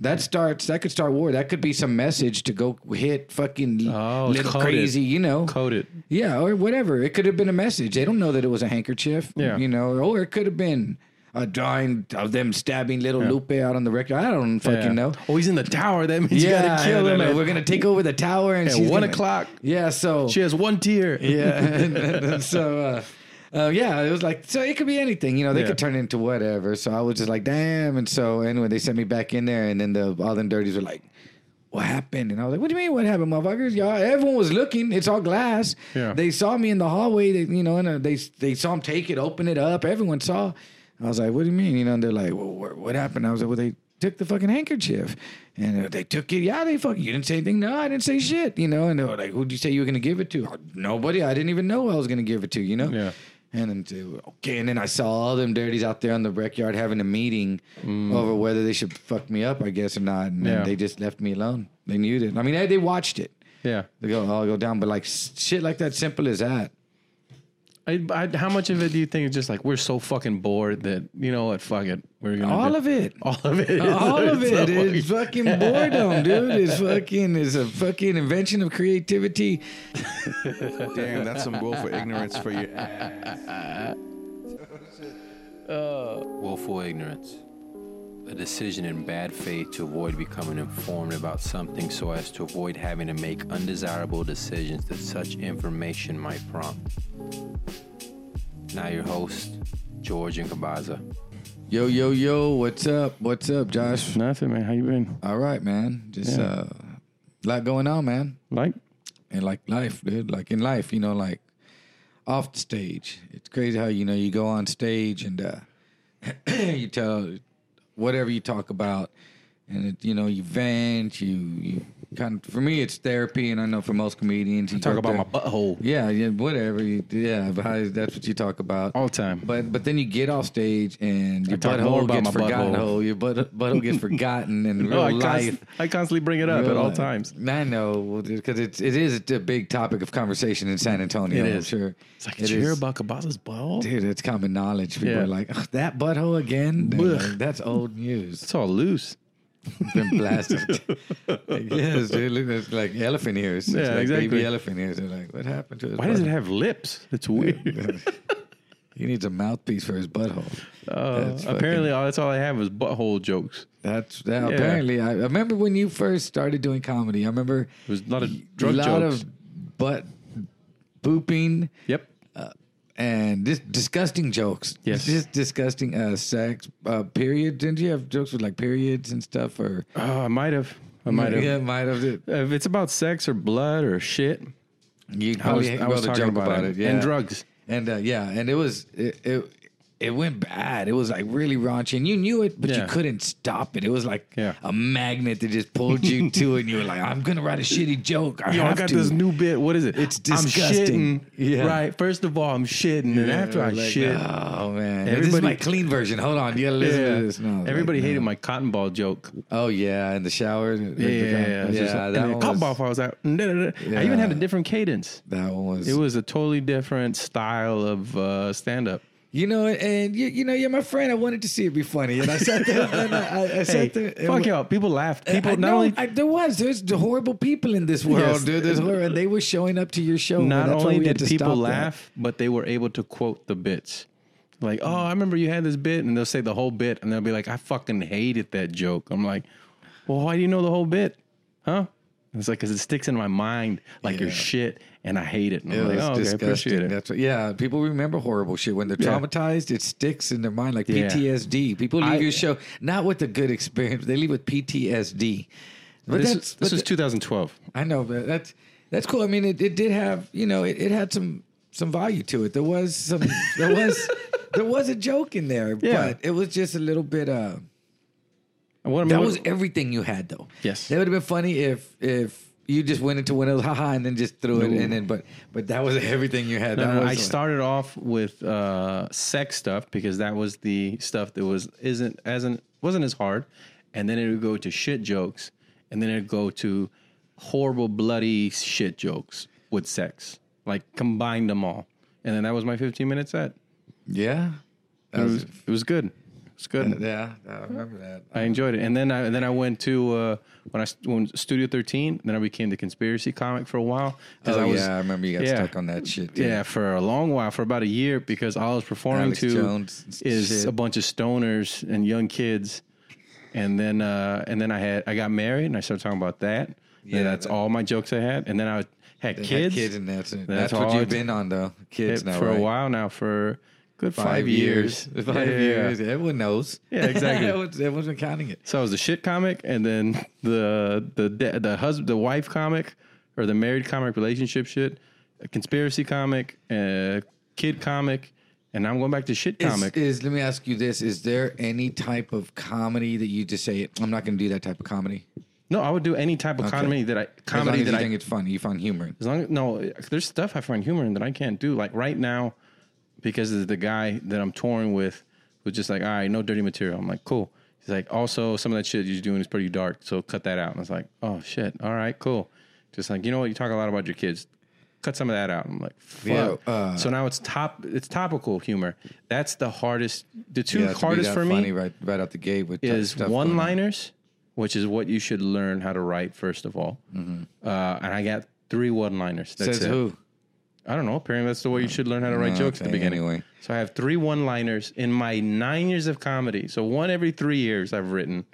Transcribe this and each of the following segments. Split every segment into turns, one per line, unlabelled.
That starts. That could start war. That could be some message to go hit fucking
Oh,
little
code it.
crazy. You know,
Code it.
yeah, or whatever. It could have been a message. They don't know that it was a handkerchief.
Yeah.
You know, or it could have been a drawing of them stabbing little Lupe out on the record. I don't fucking
Yeah.
know.
Oh, he's in the tower. That means you gotta
I
kill
don't
him.
know.
at-
We're gonna take over the tower and
At
she's
one
gonna-
o'clock,
Yeah, so
she has one tear.
yeah, so uh, uh, yeah, it was like so it could be anything, you know. They
Yeah.
could turn into whatever. So I was just like, damn. And so anyway, they sent me back in there, and then the all them dirties were like, "What happened?" And I was like, "What do you mean? What happened, motherfuckers? Y'all, everyone was looking. It's all glass.
Yeah.
They saw me in the hallway. They, you know, and uh, they they saw him take it, open it up. Everyone saw. I was like, "What do you mean?" You know, and they're like, "Well, wh- what happened?" I was like, "Well, they." Took the fucking handkerchief, and uh, they took it. Yeah, they fucking. You didn't say anything. No, I didn't say shit. You know, and they were like, "Who'd you say you were gonna give it to?" "Oh, Nobody. I didn't even know who I was gonna give it to. You know.
Yeah.
And then they were, okay, and then I saw all them dirties out there on the rec yard having a meeting over whether they should fuck me up, I guess, or not. And then
Mm. Yeah.
they just left me alone. They knew it. I mean, they, they watched it.
Yeah.
They go, I'll go down, but like s- shit like that, simple as that.
I, I, how much of it do you think is just like we're so fucking bored that you know what? Fuck it, we're gonna
All
do-
of it.
all of it, is-
All of
it's
it
so
is fucking boredom, dude. It's fucking is a fucking invention of creativity.
Damn, that's some willful ignorance for you.
Willful ignorance. A decision in bad faith to avoid becoming informed about something so as to avoid having to make undesirable decisions that such information might prompt. Now, your host, George Incabaza.
Yo, yo, yo, what's up? What's up, Josh?
Nothing, man. How you been?
All right, man. Just
Yeah.
uh lot going on, man.
Like,
and like life, dude. Like in life, you know, like off the stage. It's crazy how you know you go on stage and uh, you tell whatever you talk about, and it, you know you vent. You you kind of for me it's therapy, and I know for most comedians you
talk
go
about
there-
my butthole
yeah yeah whatever you, yeah but how, that's what you talk about.
all the time.
But but then you get off stage and your
Oh. talk more
butthole
about
gets
my
forgotten.
butthole.
Hole. Your butt, butthole gets forgotten in real
no, Oh, I,
life.
const- I constantly bring it up at
Real
all
life.
times.
I know because it's it is a big topic of conversation in San Antonio.
It
I'm
is.
sure.
It's like,
It
did you hear
is.
about Cabaza's butthole?
Dude, it's common knowledge. People
Yeah.
are like, "Ugh, that butthole again? They're
Blech.
like, That's old news.
It's all loose.
It's been blasted. yes, dude. Look, it's like elephant ears. It's
Yeah,
like
exactly.
baby elephant ears. They're like, what happened to his
Why does it have lips? It's weird.
He needs a mouthpiece for his butthole.
Uh,
That's fucking-
apparently, all, that's all I have is butthole jokes.
That's that.
Yeah.
Apparently, I, I remember when you first started doing comedy. I remember
It was a lot of drug
a lot
jokes.
of butt booping.
Yep.
Uh, and this disgusting jokes.
Yes.
just disgusting uh, sex. Uh, period. Didn't you have jokes with like periods and stuff? Or
Oh, I might have. I might have.
Yeah, might have.
If it's about sex or blood or shit,
You
I was,
probably
I
wrote
was
a
talking
joke
about, it.
Yeah.
And drugs.
And uh, yeah, and it was it, it it went bad. It was like really raunchy, and you knew it, but
Yeah.
you couldn't stop it. It was like
Yeah.
a magnet that just pulled you to it. And you were like, "I'm gonna write a shitty joke. I
Yo, I
have
got
to."
this new bit. What is it?
It's
I'm
disgusting.
shitting.
Yeah.
Right. First of all, I'm shitting. and
Yeah,
after I
like,
shit,
oh man, this is
Everybody-
my clean version. Hold on, you gotta listen
yeah.
to this now.
everybody
Like,
hated
no.
my cotton ball joke.
Oh yeah, in the shower. Yeah,
Yeah. yeah,
yeah. that, one
cotton
was,
ball falls out. I even had a different cadence.
that one was.
It was a totally different style of uh, stand up.
You know, and you, you know, you're my friend. I wanted to see it be funny, and I sat there. and I, I, I
Hey,
sat there. and
fuck
we-
y'all. People laughed.
Eh, I-
People
I,
not
know,
only
I, there was there's the horrible people in this world,
Yes.
dude. There's horrible, and they were showing up to your show.
not
That's why
only
we had
did
to
people
stop that.
laugh, but they were able to quote the bits. Like, oh, I remember you had this bit, and they'll say the whole bit, and they'll be like, I fucking hated that joke. I'm like, well, why do you know the whole bit? Huh? And It's like, because it sticks in my mind like your
Yeah.
shit, and I hate it. And
It
I'm like,
was
oh, okay, I appreciate
disgusting.
it.
That's what, yeah, people remember horrible shit when they're
Yeah.
traumatized. It sticks in their mind like
Yeah.
PTSD. People leave
I-
your show not with a good experience; they leave with PTSD. But
this
that's
this
but
was 2012.
I know, but that's that's cool. I mean, it, it did have you know it, it had some some value to it. There was some there was there was a joke in there,
Yeah.
but it was just a little bit. Uh,
And What, I mean,
that
what-
was everything you had though.
Yes.
it would have been funny if if. You just went into one of those, haha, and then just threw it,
No.
and then but but that was everything you had.
No,
that
no,
was
Uh, I
the-
started off with uh, sex stuff because that was the stuff that was isn't isn't wasn't as hard, and then it would go to shit jokes, and then it would go to horrible bloody shit jokes with sex, like combined them all, and then that was my fifteen minute set.
yeah. That
It
was-
was, it was good. It It's good.
Yeah, I remember that.
I enjoyed it. And then I and then I went to uh, when I when Studio 13. Then I became the conspiracy comic for a while. 'cause
Oh
I was-
yeah, I remember you got
yeah.
stuck on that shit. dude.
Yeah, for a long while, for about a year, because all I was performing
Alex
to
Jones and
is
shit.
a bunch of stoners and young kids, and then uh, and then I had I got married and I started talking about that.
Yeah,
Yeah, that's
that-
all my jokes I had, and then I had
They had
kids,
kids, and that's it. That's,
That's
what
all
you've
I-
been on though.
it-
Kids now,
for
right?
a while now for good five,
Five years.
years.
Five
Yeah.
years. Everyone knows.
Yeah, exactly.
Everyone's everyone's been counting it.
So I was the shit comic, and then the the the, the husband, the wife comic, or the married comic relationship shit, a conspiracy comic, uh, kid comic, and now I'm going back to shit
Is-
comic.
Is, let me ask you this: Is there any type of comedy that you just say, "I'm not going to do that type of comedy"?
no, I would do any type of comedy that I
as
comedy
long as
that
you
I
think it's funny, you find humor.
as long as no, there's stuff I find humor in that I can't do. Like right now, because of the guy that I'm touring with, was just like, all right, no dirty material. I'm like, cool. He's like, also some of that shit you're doing is pretty dark, so cut that out. And I was like, oh shit, all right, cool. Just like you know what, you talk a lot about your kids. Cut some of that out. I'm like, fuck.
Yeah, uh,
so now it's top, it's topical humor. That's the hardest. The two
that's
hardest for me
right, right out the gate with
is
stuff going on.
one liners, which is what you should learn how to write first of all. Uh, and I got three one liners. That's
Mm-hmm. Says
it.
who? Oh,
I don't know. Apparently, that's the way you should learn how to write jokes at the
okay,
beginning.
anyway.
So I have three one liners in my nine years of comedy. So one every three years I've written.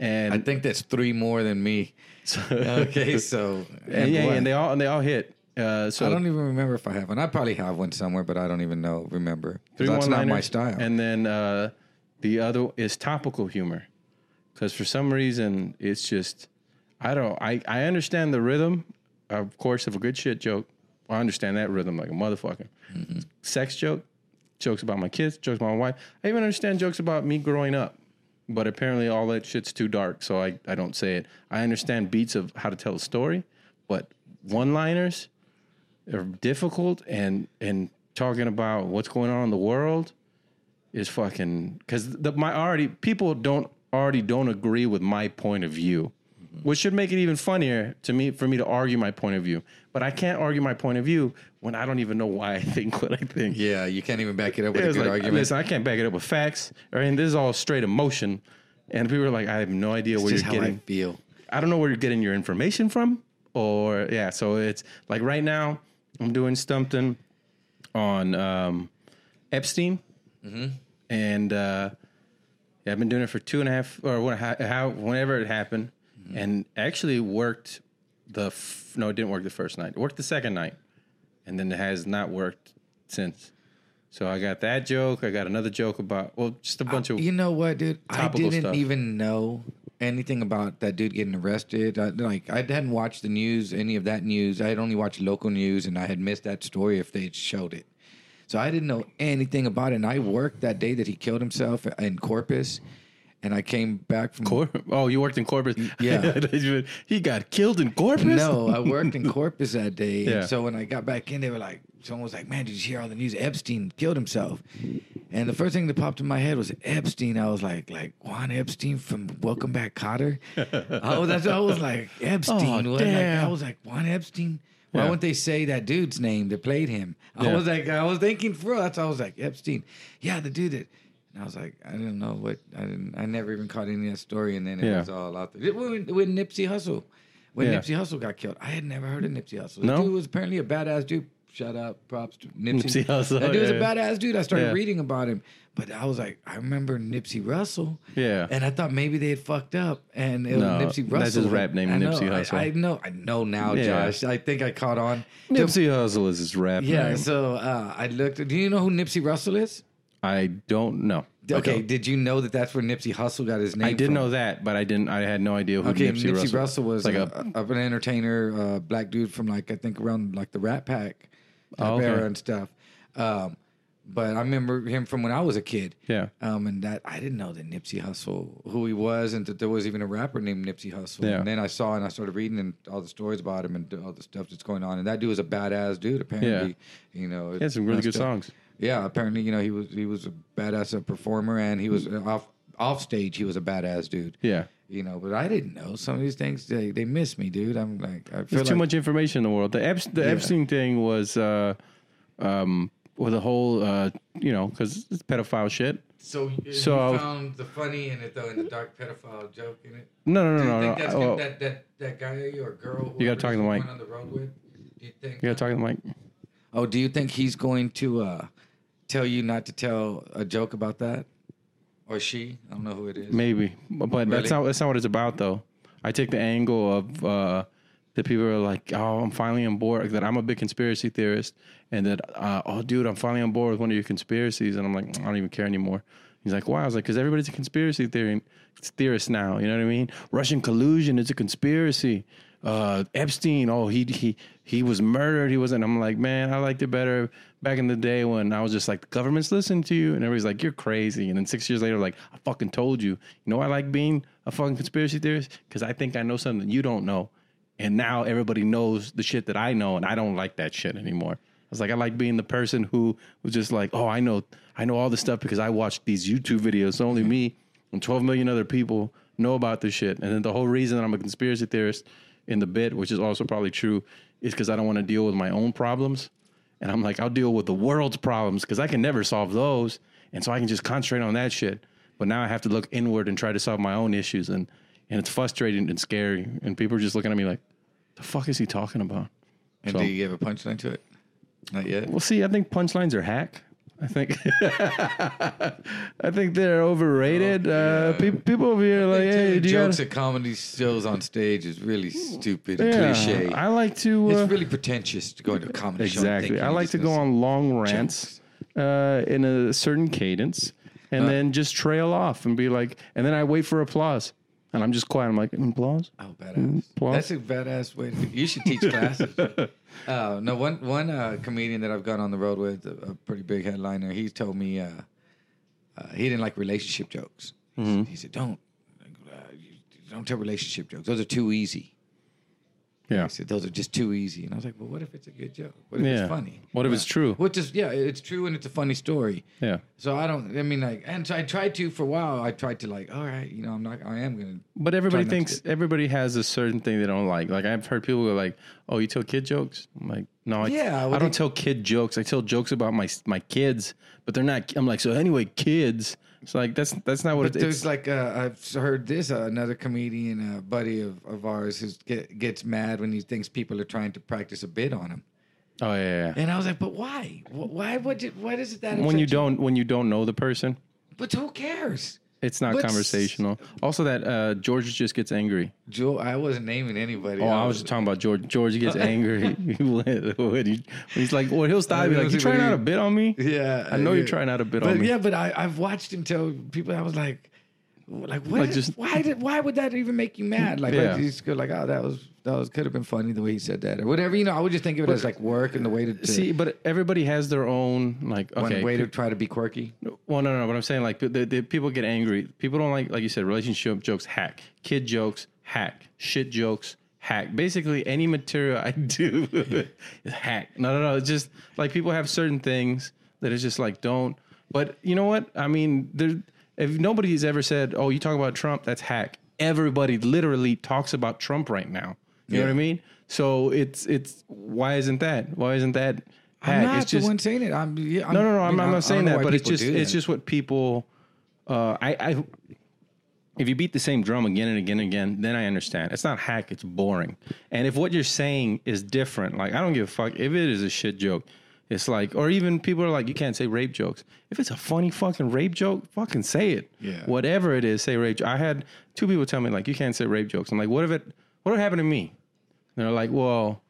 And,
I think that's three more than me. okay, so
and yeah,
boy,
and they all and they all hit. Uh, so
I don't even remember if I have one. I probably have one somewhere, but I don't even know. Remember? 'Cause
three
that's
one
not
liners.
my style.
And then uh, the other is topical humor, because for some reason it's just I don't I I understand the rhythm, of course, of a good shit joke. I understand that rhythm like a motherfucker.
Mm-hmm.
Sex joke, jokes about my kids, jokes about my wife. I even understand jokes about me growing up. But apparently all that shit's too dark, so I, I don't say it. I understand beats of how to tell a story, but one liners are difficult and and talking about what's going on in the world is fucking because the my already people don't already don't agree with my point of view, which should make it even funnier to me for me to argue my point of view. But I can't argue my point of view when I don't even know why I think what I think.
yeah, you can't even back it up with
Yeah,
a
it's
good
like,
argument.
Listen, I can't back it up with facts. Or and this is all straight emotion. And people are like, I have no idea where
Just
you're
how
getting.
I feel.
I don't know where you're getting your information from. Or yeah, so it's like right now I'm doing something on um, Epstein, and uh, yeah, I've been doing it for two and a half or when, how, how whenever it happened,
Mm-hmm.
and actually worked the f- no, it didn't work the first night. It worked the second night, and then it has not worked since. So I got that joke. I got another joke about well, just a bunch of
You know what, dude? I
topical
didn't
stuff.
even know anything about that dude getting arrested. I, like, I hadn't watched the news, any of that news. I had only watched local news, and I had missed that story if they had showed it. So I didn't know anything about it. And I worked that day that he killed himself in Corpus, and I came back from
Cor- oh, you worked in Corpus.
yeah.
he got killed in Corpus.
No, I worked in Corpus that day.
Yeah.
And so when I got back in, they were like, someone was like, man, did you hear all the news? Epstein killed himself. And the first thing that popped in my head was Epstein. I was like, like Juan Epstein from Welcome Back, Cotter. I was, that's what I was like, Epstein.
Oh,
what? Like, I
damn.
was like, Juan Epstein. Why
Yeah.
wouldn't they say that dude's name that played him? I
Yeah.
was like, I was thinking for real. That's why I was like, Epstein. Yeah, the dude that. And I was like, I didn't know what I didn't. I never even caught any of that story. And then it
Yeah.
was all out there. When, when Nipsey Hussle, when
Yeah.
Nipsey Hussle got killed, I had never heard of Nipsey Hussle.
No?
The dude was apparently a badass dude. Shout out, props to Nipsey,
Nipsey Hussle,
That dude was a
yeah.
badass dude. I started
Yeah.
reading about him, but I was like, I remember Nipsey Russell.
Yeah.
and I thought maybe they had fucked up, and it was
No,
Nipsey Russell.
that's his rap name,
I know,
Nipsey
I-
Hussle.
I, know, I know now,
Yeah.
Josh. I think I caught on.
Nipsey Hussle is his rap
Yeah,
name.
so uh, I looked. Do you know who Nipsey Russell is?
I don't know.
Okay, did you know that that's where Nipsey Hussle got his name?
I did
from?
know that, but I didn't. I had no idea who
Okay,
Nipsey, Russell,
was uh,
like
like
a.
a, an entertainer, uh, black dude from like I think around like the Rat Pack type
Oh, okay.
era and stuff. Um, but I remember him from when I was a kid.
Yeah.
Um, and that I didn't know that Nipsey Hussle who he was, and that there was even a rapper named Nipsey Hussle.
Yeah.
And then I saw and I started reading and all the stories about him and all the stuff that's going on. And that dude was a badass dude. Apparently, you know,
He had some really good songs.
yeah, apparently, you know, he was he was a badass a performer, and he was uh, off off stage. He was a badass dude.
Yeah,
You know, but I didn't know some of these things. They they miss me, dude. I'm like, I feel
there's
like
too much information in the world. The Epst- the Epstein thing was, uh, um, with the whole, uh, you know, because it's pedophile shit.
So,
So-
you found the funny in it though, in the dark pedophile joke in it.
No, no,
Do
no,
you
no, Oh,
think
no.
that's
Well,
good, that, that that guy or girl?
You gotta
whoever's
talk to the mic.
going On the road with. Do you think?
you gotta talk to the mic.
Oh, do you think he's going to uh, tell you not to tell a joke about that, or she? I don't know who it is.
Maybe, but but
Really?
that's not that's not what it's about though. I take the angle of uh, that people are like, oh, I'm finally on board. That I'm a big conspiracy theorist, and that uh, oh, dude, I'm finally on board with one of your conspiracies. And I'm like, I don't even care anymore. He's like, why? I was like, because everybody's a conspiracy theory theorist now. You know what I mean? Russian collusion is a conspiracy. Uh, Epstein, oh, he he he was murdered. He wasn't. I'm like, man, I liked it better back in the day when I was just like, the government's listening to you, and everybody's like, you're crazy. And then six years later, like, I fucking told you. You know, why I like being a fucking conspiracy theorist because I think I know something that you don't know, and now everybody knows the shit that I know, and I don't like that shit anymore. I was like, I like being the person who was just like, oh, I know, I know all this stuff because I watched these YouTube videos. So only me and 12 million other people know about this shit. And then the whole reason that I'm a conspiracy theorist in the bit, which is also probably true, is because I don't want to deal with my own problems. And I'm like, I'll deal with the world's problems because I can never solve those. And so I can just concentrate on that shit. But now I have to look inward and try to solve my own issues. And, and it's frustrating and scary. And people are just looking at me like, the fuck is he talking about?
And
So-
do you give a punchline to it? Not yet.
Well, see, I think punchlines are hack. I think I think they're overrated.
Oh,
uh, pe- people over here are like, hey,
Telling
do you
jokes
gotta-
at comedy shows on stage is really stupid and
Yeah,
cliche.
I like to. Uh,
it's really pretentious to go to a comedy show. and
exactly.
think
I
you're
like
just
to go
gonna say-
on long rants uh, in a certain cadence, and then just trail off and be like, and then I wait for applause, and I'm just quiet. I'm like, "Mm, applause.
Oh, badass!
plus-
That's a badass way. To, you should teach classes. uh, no, one one uh, comedian that I've gone on the road with, a, a pretty big headliner. He told me uh, uh, he didn't like relationship jokes. He,
Mm-hmm.
said, he said, "Don't, uh, you- don't tell relationship jokes. Those are too easy."
Yeah.
He said, "Those are just too easy." And I was like, "Well, what if it's a good joke? What if
Yeah.
it's funny? Uh,
What if it's true?
What just yeah, it's true and it's a funny story."
Yeah.
So I don't. I mean, like, and so I tried to for a while. I tried to like, all right, you know, I'm not. I am gonna.
But everybody
Try not to
thinks everybody has a certain thing they don't like. Like I've heard people go like, "Oh, you tell kid jokes?" I'm like, "No, I,
Yeah, well,
I don't
they-
tell kid jokes. I tell jokes about my my kids, but they're not." I'm like, "So anyway, kids." It's like that's that's not what
But
it is.
there's like uh, I've heard this uh, another comedian, uh, buddy of, of ours, who get, gets mad when he thinks people are trying to practice a bit on him.
oh yeah, yeah.
And I was like, but why? Wh- Why would you? What is it that?
When you
upset
don't when you don't know the person,
But who cares?
it's not
But-
conversational. Also, that uh, George just gets angry.
Joe, I wasn't naming anybody.
Oh, I was just talking about George. George gets angry when, when he- he's like, "Well, he'll stop.
I
He'll be like,
don't
you
see what
trying
he-
out a bit on me?"
Yeah,
I know
yeah.
you're trying out a bit
but
on me.
yeah, but I, I've watched him tell people. I was like, like what?
Like, just-
why did? Why would that even make you mad? Like,
Yeah.
like you just go like, oh, that was that was could have been funny the way he said that or whatever. You know, I would just think of it as like work and the way to, to
See, but everybody has their own like
one
okay,
way to try to be quirky.
Well, no, no, no. But I'm saying like the, the people get angry. People don't like, like you said, relationship jokes, hack, kid jokes, hack, shit jokes, hack. Basically, any material I do is hack. No, no, no. It's just like people have certain things that it's just like don't. But you know what? I mean, there. If nobody's ever said, "Oh, you talk about Trump," that's hack. Everybody literally talks about Trump right now. You know what I mean? So it's it's why isn't that? Why isn't that? Hack?
I'm not
it's
the one saying it. I'm, yeah, I'm
no, no, no.
you
I'm,
know,
I'm
I
not
don't
saying
know
that,
why
but it's
people
just
do
it's
that.
just what people. Uh, I, I, if you beat the same drum again and again and again, then I understand. It's not hack. It's boring. And if what you're saying is different, like I don't give a fuck if it is a shit joke. It's like, or even people are like, you can't say rape jokes. If it's a funny fucking rape joke, fucking say it.
Yeah.
Whatever it is, say rape. jo- I had two people tell me like, you can't say rape jokes. I'm like, what if it? What if it happened to me? And they're like, well,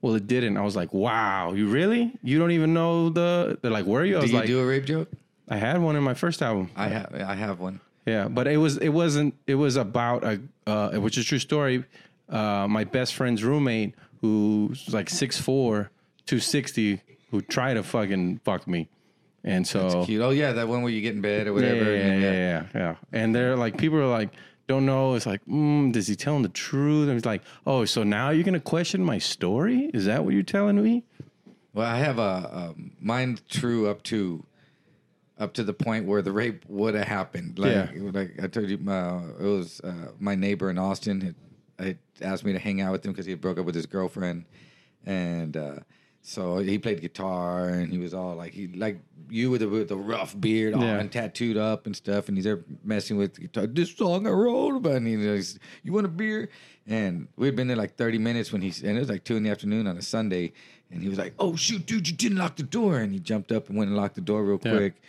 well, it didn't. I was like, wow, you really? You don't even know the? They're like, where are you? I
Do
was
you
like,
do a rape joke?
I had one in my first album.
I have. I have one.
Yeah, but it was it wasn't it was about a uh, which is a true story. Uh, my best friend's roommate who's like 6'4", 260, who tried to fucking fuck me, and so
Cute. Oh yeah, that one where you get in bed or whatever.
yeah,
and-
yeah, yeah, yeah, yeah. And they're like, people are like, don't know. It's like, mm, does he telling the truth? And it's like, oh, so now you're gonna question my story? Is that what you're telling me?
Well, I have a um, mine true up to up to the point where the rape would have happened. Like,
Yeah.
like I told you, uh, it was uh, my neighbor in Austin had, had asked me to hang out with him because he had broke up with his girlfriend, and uh, So he played guitar and he was all like he like you with the, with the rough beard all
Yeah.
and tattooed up and stuff and he's there messing with the guitar. This song I wrote about and he's you want a beer? And we'd been there like 30 minutes when he and it was like two in the afternoon on a Sunday and he was like, Oh shoot, dude, you didn't lock the door and he jumped up and went and locked the door real
Yeah.
quick.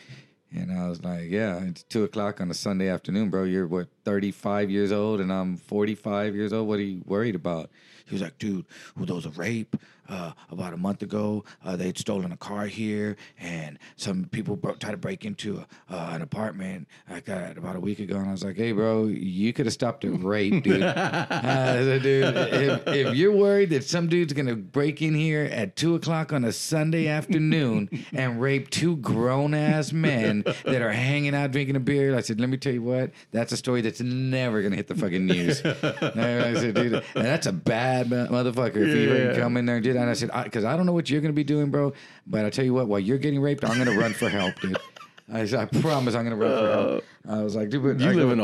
And I was like, Yeah, it's two o'clock on a Sunday afternoon, bro. You're what, 35 years old and I'm 45 years old. What are you worried about? He was like, Dude, well, there was a rape uh, about a month ago. Uh, they had stolen a car here, and some people bro- tried to break into a, uh, an apartment I got about a week ago. And I was like, Hey, bro, you could have stopped a rape, dude. Uh, dude, if, if you're worried that some dude's gonna break in here at two o'clock on a Sunday afternoon and rape two grown ass men that are hanging out drinking a beer, I said, let me tell you what, that's a story that's never gonna hit the fucking news. and I said, dude, and that's a bad mo- motherfucker if you even
Yeah.
come in there and do that. And I said, because I, don't know what you're gonna be doing, bro, but I tell you what, while you're getting raped, I'm gonna run for help, dude. I said, I promise I'm gonna run for help. I was like, dude, but
You
I
live
go-
in a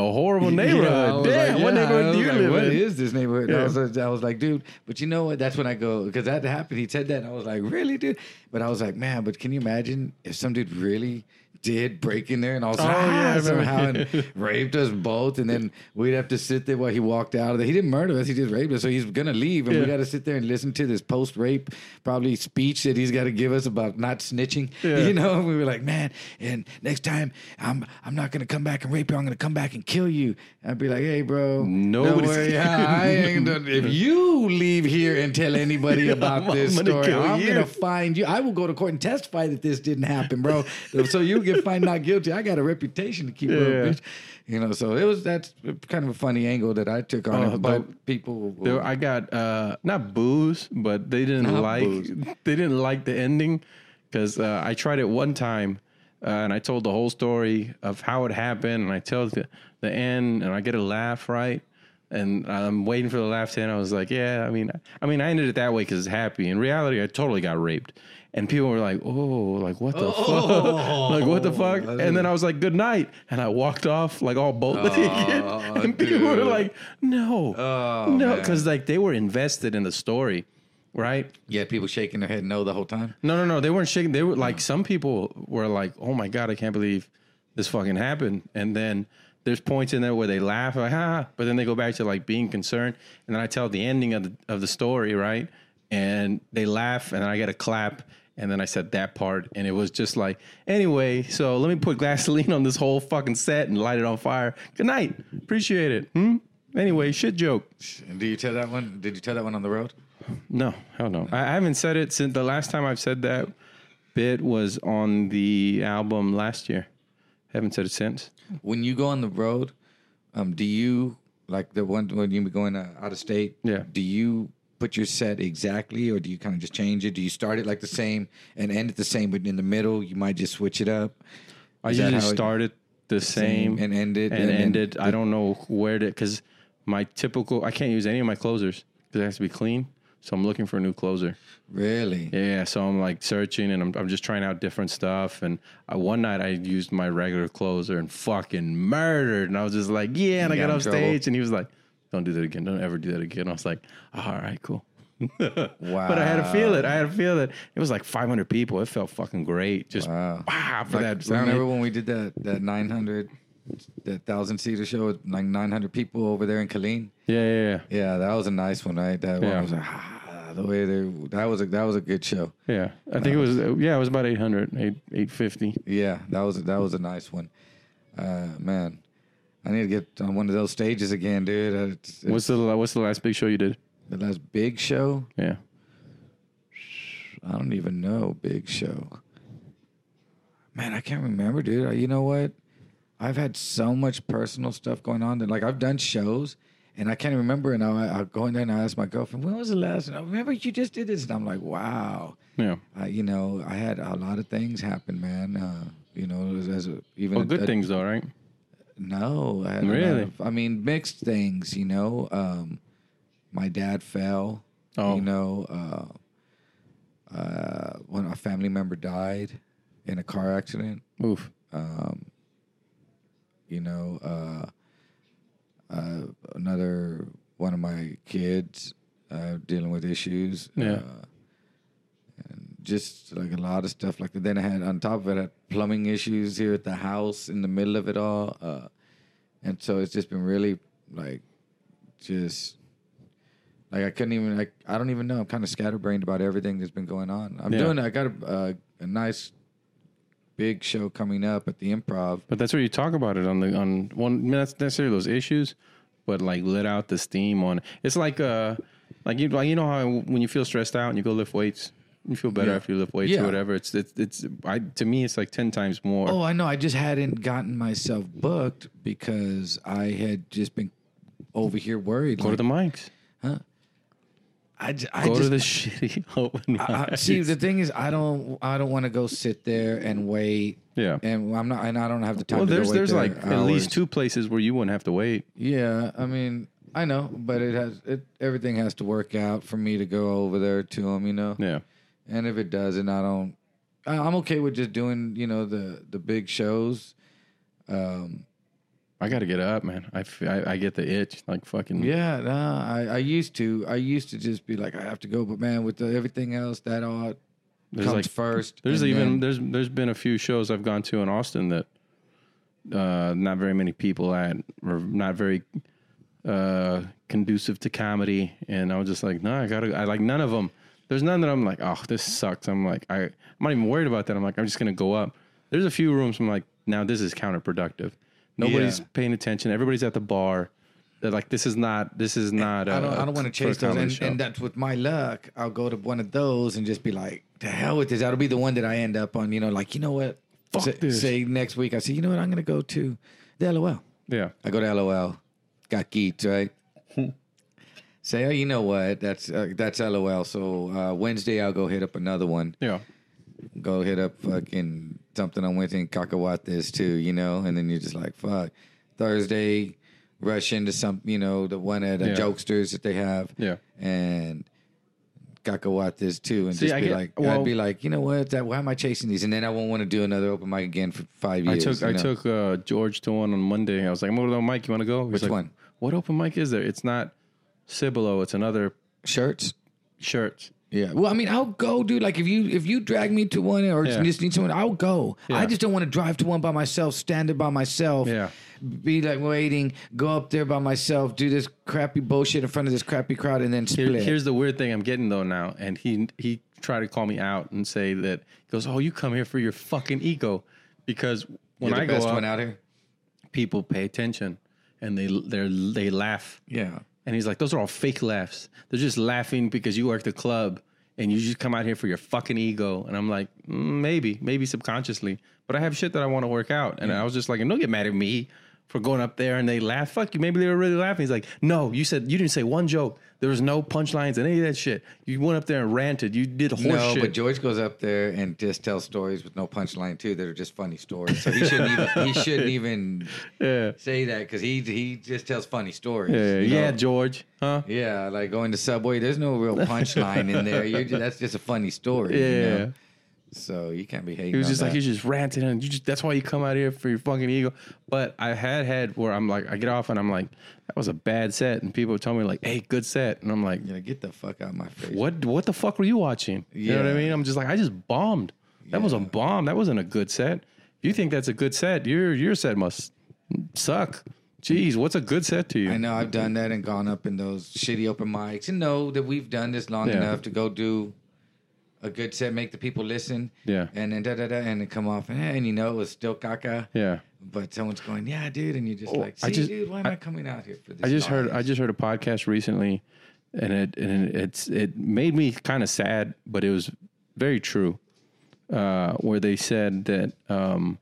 horrible
yeah,
neighborhood.
I was
Damn,
like,
what
yeah, I
neighborhood
was
do you
like,
live
What
in?
is this neighborhood? And I,
Yeah.
was, like- I was like, dude, but you know what? That's when I go because that happened. He said that, and I was like, really, dude? But I was like, man, but can you imagine if some dude really did break in there and all of a sudden,
Oh, yeah, I
ah,
remember.
somehow and raped us both, and then we'd have to sit there while he walked out of there. He didn't murder us; he just raped us, so he's gonna leave, and we
Yeah.
got to sit there and listen to this post-rape probably speech that he's got to give us about not snitching.
Yeah.
You know know, we were like, man, and next time I'm I'm not gonna come back and rape you. I'm gonna come back and kill you. I'd be like, hey, bro,
Nobody's-
don't worry. Yeah, I ain't done- if you leave here and tell anybody about
I'm
this
gonna
story,
kill
I'm
you.
gonna find you. I will go to court and testify that this didn't happen, bro. so you get find not guilty. I got a reputation to keep up,
Yeah.
bitch. You know, so it was that's kind of a funny angle that I took on
Oh,
it, but,
but
people. will-
There, I got uh, not booze, but they didn't
Not
like
booze.
they didn't like the ending because uh, I tried it one time uh, and I told the whole story of how it happened and I tell the, the end and I get a laugh right and I'm waiting for the laugh to end. I was like, yeah, I mean, I mean, I ended it that way because it's happy. In reality, I totally got raped. And people were like, "Oh, like what the
Oh.
fuck? like what the fuck?" And then I was like, "Good night," and I walked off like all bold naked. And people were
Oh, dude.
like, "No,
Oh,
no,"
man.
because like they were invested in the story, right?
yeah, people shaking their head no the whole time.
No, no, no, they weren't shaking. They were like some people were like, "Oh my god, I can't believe this fucking happened." And then there's points in there where they laugh like, "Ha," but then they go back to like being concerned. And then I tell the ending of the of the story, right? And they laugh, and then I get a clap. And then I said that part, and it was just like, anyway, so let me put gasoline on this whole fucking set and light it on fire. Good night. Appreciate it. Hmm? Anyway, shit joke.
And do you tell that one? Did you tell that one on the road?
No, hell no. I I haven't said it since the last time I've said that bit was on the album last year. Haven't said it since.
when you go on the road, um, do you like the one when you be going uh, out of state?
Yeah.
Do you put your set exactly, or do you kind of just change it? Do you start it like the same and end it the same, but in the middle you might just switch it up?
I
Is that
usually
how it-
started the same,
and end it,
and,
and then
ended. I don't know where to because my typical I can't use any of my closers because it has to be clean. So I'm looking for a new closer.
Really?
Yeah, so I'm like searching and I'm, I'm just trying out different stuff. And I, one night I used my regular closer and fucking murdered. And I was just like, yeah. And I
You got in
got off stage and he was like, don't do that again. Don't ever do that again. I was like, all right, cool.
Wow.
But I had to feel it. I had to feel it. It was like 500 people. It felt fucking great. Just wow, for
Like,
that.
so I remember when we did that that nine hundred, that thousand seater show with like nine hundred people over there in Killeen.
yeah, yeah, yeah.
Yeah, that was a nice one, right? That
Yeah.
one was like, ah, the way they that was a that was a good show.
Yeah. I think it was, yeah, it was about 800, 8, 850.
Yeah, that was that was a nice one. Uh, man, I need to get on one of those stages again, dude. Uh, It's, it's
What's the, what's the last big show you did?
the last big show?
Yeah.
I don't even know big show. Man, I can't remember, dude. Uh, You know what? I've had so much personal stuff going on that like I've done shows and I can't remember. And I, I go in there and I ask my girlfriend, "When was the last?" And I remember you just did this, and I'm like, "Wow."
Yeah.
I, you know, I had a lot of things happen, man. Uh, you know, as, as a, even
Well,
a-
good
a-
things though, right?
No, I had a lot
Really?
of- I mean, mixed things. You know, um, my dad fell.
Oh.
You know, uh, uh, when a family member died in a car accident.
Oof.
You know, uh, uh, another one of my kids uh, dealing with issues.
Yeah.
Uh, and just like a lot of stuff like that. Then I had on top of it, I had plumbing issues here at the house in the middle of it all, uh, and so it's just been really like just like I couldn't even like I don't even know. I'm kind of scatterbrained about everything that's been going on. I'm
Yeah.
doing. I got a, uh, a nice big show coming up at the Improv.
But that's where you talk about it on the on one not necessarily those issues, but like let out the steam on. It's like uh like you like you know how when you feel stressed out and you go lift weights, you feel better
Yeah.
after you lift weights
Yeah.
or whatever. It's it's it's I to me it's like ten times more.
Oh, I know. I just hadn't gotten myself booked because I had just been over here worried.
go to
like,
the mics.
I, j- I
Go
just
to the shitty open
I, I-
mics.
see, the thing is, I don't, I don't want to go sit there and wait.
Yeah.
and I'm not, and I don't have the time.
well,
to go
there's
wait
there's
there
like at
hours.
least two places where you wouldn't have to wait.
Yeah, I mean, I know, but it has, it everything has to work out for me to go over there to them, you know.
Yeah.
And if it doesn't, I don't. I- I'm okay with just doing, you know, the the big shows. Um,
I got to get up, man. I, f- I- I get the itch, like fucking.
yeah, nah, I, I used to, I used to just be like, I have to go, but man, with the, everything else, that all
There's
comes
like
first.
There's
and
even
then-
there's there's been a few shows I've gone to in Austin that uh, not very many people at or not very uh, conducive to comedy, and I was just like, no, I gotta, I like none of them. There's none that I'm like, oh, this sucks. I'm like, I, I'm not even worried about that. I'm like, I'm just gonna go up. There's a few rooms I'm like, now this is counterproductive. Nobody's
Yeah.
paying attention. Everybody's at the bar. They're like, this is not, this is not.
I
I
don't, I don't want to chase those. And, and
that,
that's with my luck. I'll go to one of those and just be like, to hell with this. That'll be the one that I end up on, you know, like, you know what?
Fuck
say,
this.
say next week, I say, you know what? I'm going to go to the LOL.
yeah,
I go to LOL. Got geeked, right? say, oh, you know what? That's uh, that's LOL. So uh, Wednesday, I'll go hit up another one.
yeah.
Go hit up fucking something on Wednesday and cacahuates too, you know? And then you're just like, fuck. Thursday, rush into some, you know, the one of the
Yeah.
jokesters that they have
Yeah.
and this too, and
See,
just
I
be
get-
like,
well-
I'd be like, you know what? That why am I chasing these? And then I won't want to do another open mic again for five
I
years.
took
you
I
know?
took uh, George to one on Monday. I was like, I'm going to the mic. You want to go? He's
Which
like,
one?
What open mic is there? It's not Cibolo. It's another
shirts.
shirt.
Yeah. Well, I mean, I'll go, dude. Like if you if you drag me to one or
Yeah.
just need someone, I'll go.
Yeah.
I just don't want to drive to one by myself, stand there by myself.
Yeah.
Be like waiting, go up there by myself, do this crappy bullshit in front of this crappy crowd, and then
Here-
split.
here's the weird thing I'm getting though now, and he he tried to call me out and say that he goes, oh, you come here for your fucking ego, because
You're
when
the
I go
best
up,
one out here.
people pay attention and they they they laugh.
Yeah.
And he's like, those are all fake laughs. They're just laughing because you work the club and you just come out here for your fucking ego. And I'm like, mm, maybe, maybe subconsciously, but I have shit that I want to work out. And I was just like, and don't get mad at me for going up there and they laugh. Fuck you. Maybe they were really laughing. He's like, no, you said you didn't say one joke. There was no punchlines and any of that shit. You went up there and ranted. You did horse
no,
shit.
but George goes up there and just tells stories with no punchline too that are just funny stories. So he shouldn't even he shouldn't even say that because he he just tells funny stories.
yeah,
you know?
yeah, George, huh?
yeah. Like going to Subway, there's no real punchline in there. You're just, that's just a funny story.
Yeah.
you know? So you can't be hating.
He was
on
just like
that.
he's just ranting and you just that's why you come out here for your fucking ego. But I had had where I'm like I get off and I'm like that was a bad set and people tell me like hey good set and I'm like
you know, get the fuck out of my face.
what what the fuck were you watching? You know what I
Yeah.
mean? I'm just like I just bombed. That was a bomb. That wasn't a good set. If you think that's a good set, your your set must suck. Jeez, what's a good set to you?
I know I've done that and gone up in those shitty open mics and know that we've done this long
Yeah.
enough to go do a good set, make the people listen.
Yeah.
And then da da da and it come off and, and you know it was still caca.
Yeah.
But someone's going, Yeah, dude, and you're just
Oh,
like, See,
I just-
dude, why am
I-
I, coming out here for this?
I just heard I
nonsense?"
just heard a podcast recently, and it and it's it made me kind of sad, but it was very true. Uh, where they said that um,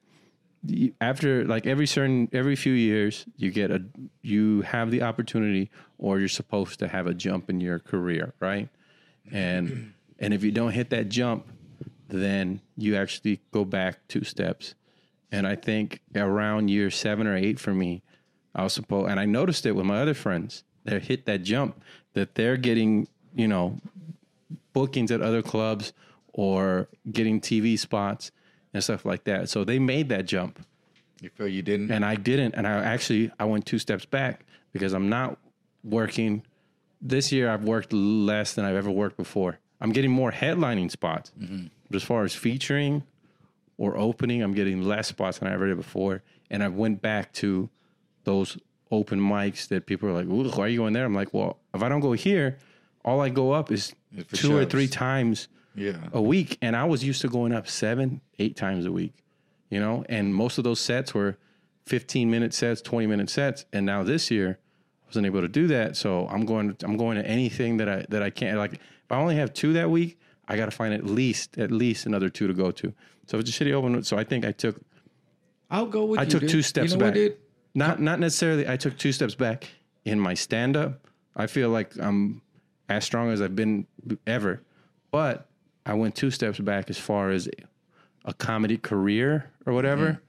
you- after like every certain every few years, you get a you have the opportunity, or you're supposed to have a jump in your career, right? And and if you don't hit that jump, then you actually go back two steps. And I think around year seven or eight for me, I was supposed, and I noticed it with my other friends that hit that jump that they're getting, you know, bookings at other clubs or getting TV spots and stuff like that. So they made that jump
You feel you didn't?
and I didn't. And I actually I went two steps back because I'm not working. This year I've worked less than I've ever worked before. I'm getting more headlining spots.
Mm-hmm.
But as far as featuring or opening, I'm getting less spots than I ever did before. And I went back to those open mics that people are like, "Ooh, why are you going there? I'm like, well, if I don't go here, all I go up is
for
two or
shows.
three times
Yeah.
a week. And I was used to going up seven, eight times a week, you know, and most of those sets were 15 minute sets, 20 minute sets. And now this year I wasn't able to do that. So I'm going, I'm going to anything that I, that I can. Like if I only have two that week, I got to find at least, at least another two to go to. So if it's a shitty open, so I think I took,
I'll go with
I
you.
took
dude.
two steps
you know What,
back.
dude?
Not not necessarily. I took two steps back in my stand up. I feel like I'm as strong as I've been ever, but I went two steps back as far as a comedy career or whatever.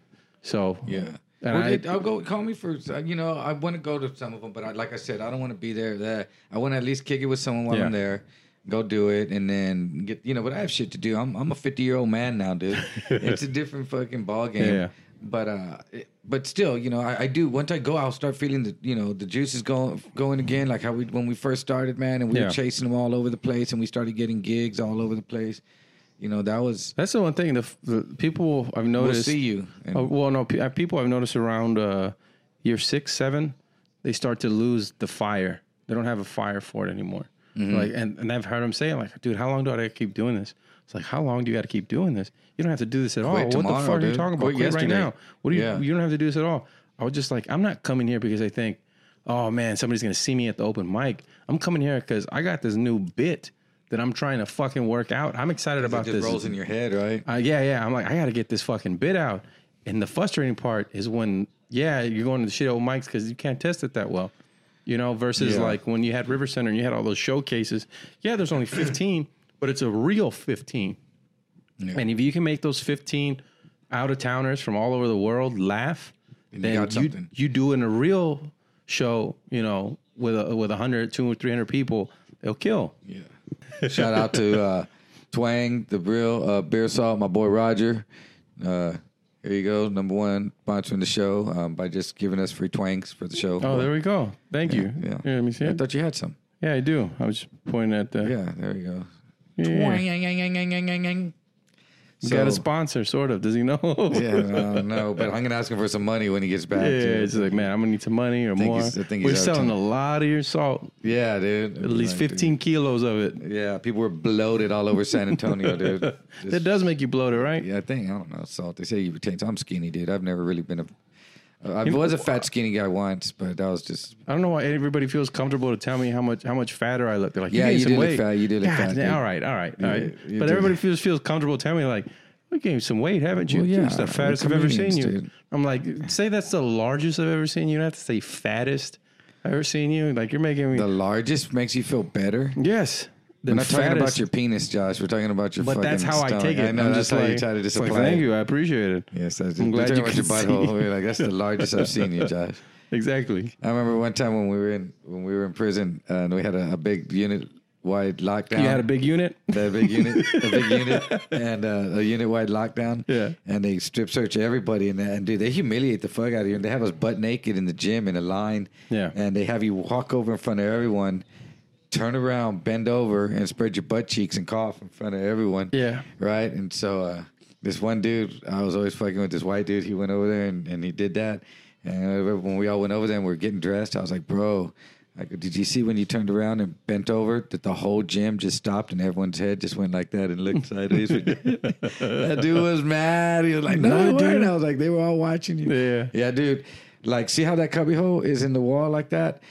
So
Mm-hmm. Yeah.
And
well,
I-
dude, I'll go. Call me for you know. I want to go to some of them, but I, like I said, I don't want to be there. That I want to at least kick it with someone while
Yeah.
I'm there. Go do it, and then get you know. But I have shit to do. I'm I'm a 50 year old man now, dude. it's a different fucking ball game.
Yeah.
But uh, it- but still, you know, I, I do. Once I go, I'll start feeling the you know the juices going going again, like how we when we first started, man, and we
Yeah.
were chasing them all over the place, and we started getting gigs all over the place. You know, that was
that's the one thing. The, f- the people I've
we'll
noticed.
see you. And,
Oh, well, no, pe- uh, people I've noticed around uh, year six, seven, they start to lose the fire. They don't have a fire for it anymore.
Mm-hmm.
Like, and, and I've heard them say, like, dude, how long do I keep doing this? It's like, how long do you got to keep doing this? You don't have to do this at all. what
tomorrow,
the fuck are you
dude.
talking about?
Quit
Quit right
yesterday.
now. What do you?
Yeah.
You don't have to do this at all. I was just like, I'm not coming here because I think, oh man, somebody's gonna see me at the open mic. I'm coming here because I got this new bit that I'm trying to fucking work out. I'm excited about
it just
this.
rolls in your head, right?
Uh, yeah, yeah. I'm like, I got to get this fucking bit out. And the frustrating part is when, yeah, you're going to the shit old mics because you can't test it that well, you know, versus
Yeah.
like when you had River Center and you had all those showcases. Yeah, there's only 15, but it's a real 15. And if you can make those 15 out of towners from all over the world laugh,
you
then
got
you, you,
something.
do in a real show, you know, with a, with 100, 200, 300 people, it'll kill.
Shout out to uh, Twang, the real uh, beer salt, my boy Roger. Uh, here you go, number one sponsoring the show um, by just giving us free twangs for the show.
Oh, there we go. Thank you.
yeah.
Here, let me see
I
it.
thought you had some.
Yeah, I do. I was just pointing at the.
Yeah, there you go.
Yeah.
So,
got a sponsor, sort of. Does he know?
Yeah, I don't know, but I'm gonna ask him for some money when he gets back.
Yeah,
dude.
it's like, man, I'm gonna need some money or more.
he's- I think
We're
he's out of
selling a
town.
lot of your salt,
yeah, dude.
at least 15 kilos of it.
Yeah, people were bloated all over San Antonio, dude. Just-
That does make you bloated, right?
Yeah, I think I don't know salt. They say you retain. I'm skinny, dude. I've never really been a. I was a fat skinny guy once, but that was just
I don't know why everybody feels comfortable to tell me how much how much fatter I look. They're like,
Yeah,
you, gained
you
some
did look
weight.
fat, you did look
God,
fat,
damn,
dude.
All right, all right, all right.
you
but
did.
everybody feels feels comfortable telling me like, we gained some weight, haven't you?
Well,
You're
yeah,
the fattest I've
we're
ever seen you.
comedians, dude.
I'm like, say that's the largest I've ever seen you. You don't have to say fattest I've ever seen you. Like you're making me.
the largest makes you feel better.
yes. The
We're not talking about
fattest-
your penis, Josh. We're talking about your.
But
fucking
that's how I
stomach.
take it.
I know
I'm
that's
just
how
like,
you try to
it's
just
like,
apply.
Thank
it.
you, I appreciate it.
Yes, that's
I'm
I'm
glad
glad
you
about your
can
butthole.
see.
We're like that's the largest I've seen you, Josh.
Exactly.
I remember one time when we were in when we were in prison uh, and we had a, a big unit wide lockdown.
You had a big unit.
That big unit, a big unit, and uh, a unit-wide lockdown.
Yeah.
and they strip search everybody, and, and dude, they humiliate the fuck out of you. And they have us butt naked in the gym in a line.
Yeah.
and they have you walk over in front of everyone, turn around, bend over, and spread your butt cheeks and cough in front of everyone.
Yeah.
right. And so uh, this one dude, I was always fucking with this white dude. He went over there and, and he did that. And when we all went over there and we were getting dressed, I was like, bro. I go, did you see when you turned around and bent over that the whole gym just stopped and everyone's head just went like that and looked sideways? that dude was mad. He was like,
No,
"No, it
dude."
weren't." I was like, "They were all watching you."
Yeah.
yeah, dude. Like, see how that cubbyhole is in the wall like that?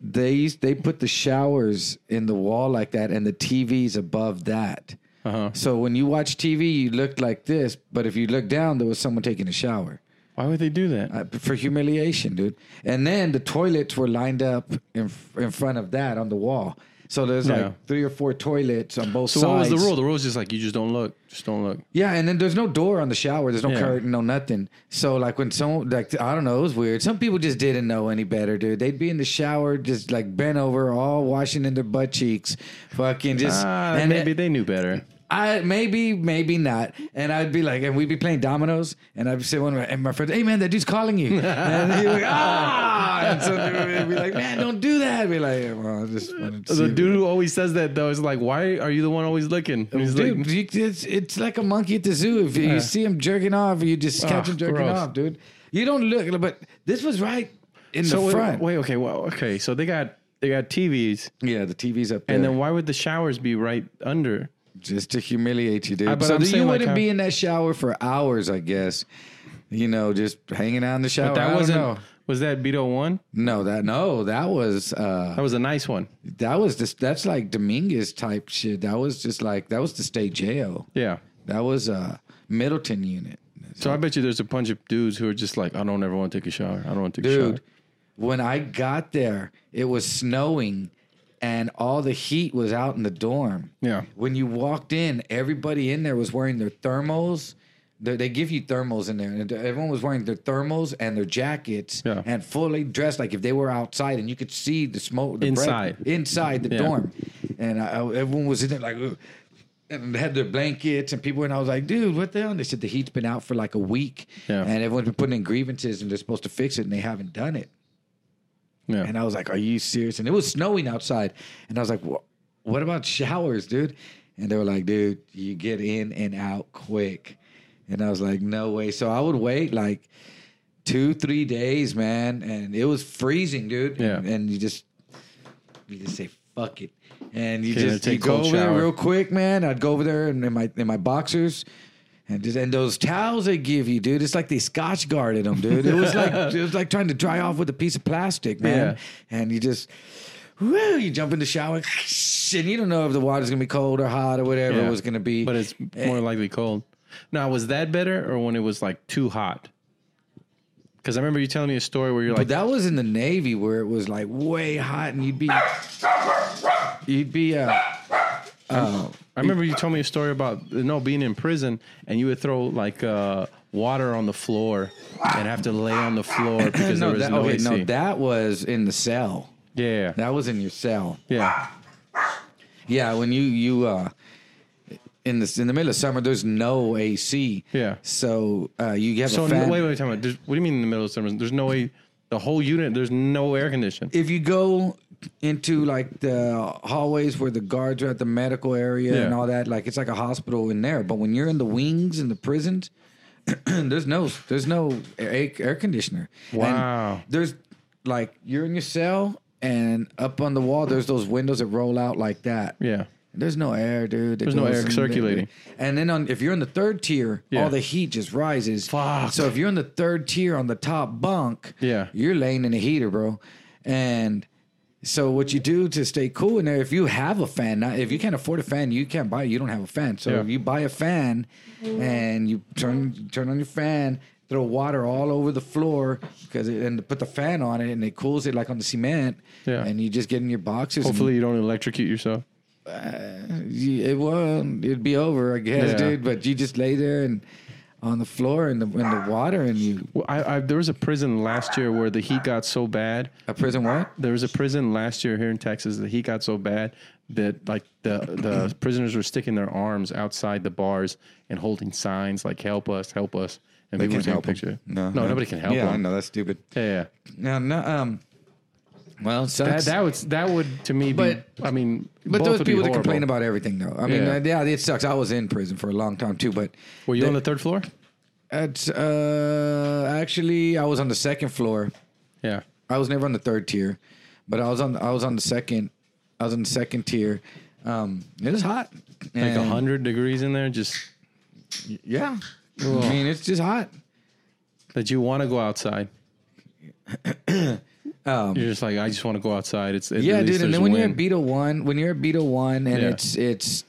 They used- they put the showers in the wall like that, and the TVs above that.
Uh-huh.
So when you watch TV, you looked like this, but if you look down, there was someone taking a shower
Why would they do that?
uh, for humiliation, dude. And then the toilets were lined up in in front of that on the wall. So there's
Yeah.
like three or four toilets on both
So
sides.
what was the rule? The rule is just like you just don't look, just don't look.
Yeah, and then there's no door on the shower. There's no
Yeah.
curtain, no nothing. So like when some like I don't know, it was weird. Some people just didn't know any better, dude. They'd be in the shower, just like bent over, all washing in their butt cheeks, fucking just.
Ah,
and
maybe
it-
they knew better.
I maybe, maybe not. And I'd be like, and we'd be playing dominoes, and I'd say one of my, and my friends, hey man, that dude's calling you. And he'd be like, ah. And so they'd be like, man, don't do that. I'd be like, well, I just wanted to.
The
see-
dude who always says that though is like, "Why are you the one always looking?" He's
Dude,
like,
you- it's, it's like a monkey at the zoo. If you, you see him jerking off, you just catch
Ah,
him jerking
gross.
off, dude. You don't look, but this was right in
"So
the
wait,
front.
wait, okay, well, okay." So they got they got TVs,
Yeah, the TV's up there.
and then why would the showers be right under?
just to humiliate you,
I-
dude.
but
So
I'm
you
saying, like,
wouldn't
how-
be in that shower for hours, I guess. You know, just hanging out in the shower. I
That
don't
wasn't.
know.
Was that Beto one?
No, that no, that was uh
That was a nice one.
that was just that's like Dominguez type shit. That was just like that was the state jail.
Yeah.
That was uh Middleton unit.
So I bet you there's a bunch of dudes who are just like, I don't ever want to take a shower. I don't want to take a
Dude,
shower.
when I got there, it was snowing and all the heat was out in the dorm.
Yeah.
When you walked in, everybody in there was wearing their thermals. They, they give you thermals in there, and everyone was wearing their thermals and their jackets
Yeah.
and fully dressed like if they were outside, and you could see the smoke the breath
Inside.
inside the
Yeah.
dorm. And I, I- everyone was in there like, "Ugh." and they had their blankets and people. And I was like, dude, what the hell? And they said the heat's been out for like a week,
Yeah.
and everyone's been putting in grievances, and they're supposed to fix it, and they haven't done it.
Yeah.
And I was like, "Are you serious?" And it was snowing outside. And I was like, "Wha- "What about showers, dude?" And they were like, "Dude, you get in and out quick." And I was like, "No way." So I would wait like two, three days, man. And it was freezing, dude.
Yeah.
And, and you just, you just say, "Fuck it," and you
Okay,
just
take
you go
cold
over there
shower.
real quick, man. I'd go over there in, in my in my boxers. And just, and those towels they give you, dude, it's like they scotch guarded them, dude. It was like it was like trying to dry off with a piece of plastic, man. And you just woo, you jump in the shower, and you don't know if the water's gonna be cold or hot or whatever
Yeah.
it was gonna be.
But it's
eh,
more likely cold. Now, was that better or when it was like too hot? Because I remember you telling me a story where you're
But
like,
that was in the Navy where it was like way hot, and you'd be you'd be uh,
I remember you told me a story about uh, no being in prison and you would throw like uh, water on the floor and have to lay on the floor because there
no,
was
that,
no
okay,
AC.
no, that was in the cell.
yeah, yeah,
That was in your cell.
yeah,
Yeah, when you you uh in the in the middle of summer, there's no AC.
Yeah.
So uh, you have
So
a
in the-
fan.
wait, wait, time out. There's- What do you mean in the middle of summer? There's no way. The whole unit, there's no air conditioning.
If you go into like the hallways where the guards are at the medical area and
Yeah.
all that, like it's like a hospital in there. But when you're in the wings in the prisons, there's no there's no air, air conditioner. And
Wow.
there's like you're in your cell and up on the wall there's those windows that roll out like that.
Yeah.
There's no air, dude. that
There's no
goes
air
in
circulating.
there. And then on, if you're in the third tier,
Yeah.
all the heat just rises.
Fuck.
So if you're in the third tier on the top bunk,
Yeah.
you're laying in the heater, bro. And so what you do to stay cool in there, if you have a fan, now, if you can't afford a fan, you can't buy. You don't have a fan, so
Yeah.
if you buy a fan and you turn turn on your fan. Throw water all over the floor because it, and put the fan on it and it cools it like on the cement.
Yeah.
And you just get in your boxes. and-
Hopefully, you don't electrocute yourself.
yeah, Uh, it well, it'd be over, I guess,
Yeah.
dude. But you just lay there and on the floor in the in the water, and you
Well, I, I, there was a prison last year where the heat got so bad.
a prison what?
There was a prison last year here in Texas. The heat got so bad that like the the prisoners were sticking their arms outside the bars and holding signs like "Help us, help us." And people were taking picture. No, nobody can help them.
that's stupid.
Yeah, yeah.
No, no, um, well, it
That,
sucks.
that would that would to me.
But-
be, I mean,
but
both
those
would be
people that complain
horrible.
about everything, though. I mean,
Yeah.
yeah. yeah, it sucks. I was in prison for a long time too, but
Were you
the-
on the third floor?
it's, uh, actually, I was on the second floor.
Yeah.
I was never on the third tier, but I was on I was on the second. I was on the second tier. Um, it was hot,
Like
And-
hundred degrees in there, just
Yeah. I mean, it's just hot.
that you want to go outside. You're just like, I just want to go outside. It's it,
Um, Yeah,
at least
dude. And
there's
then when you're at
wind.
Beetle One, when you're at Beetle One, and
Yeah.
it's it's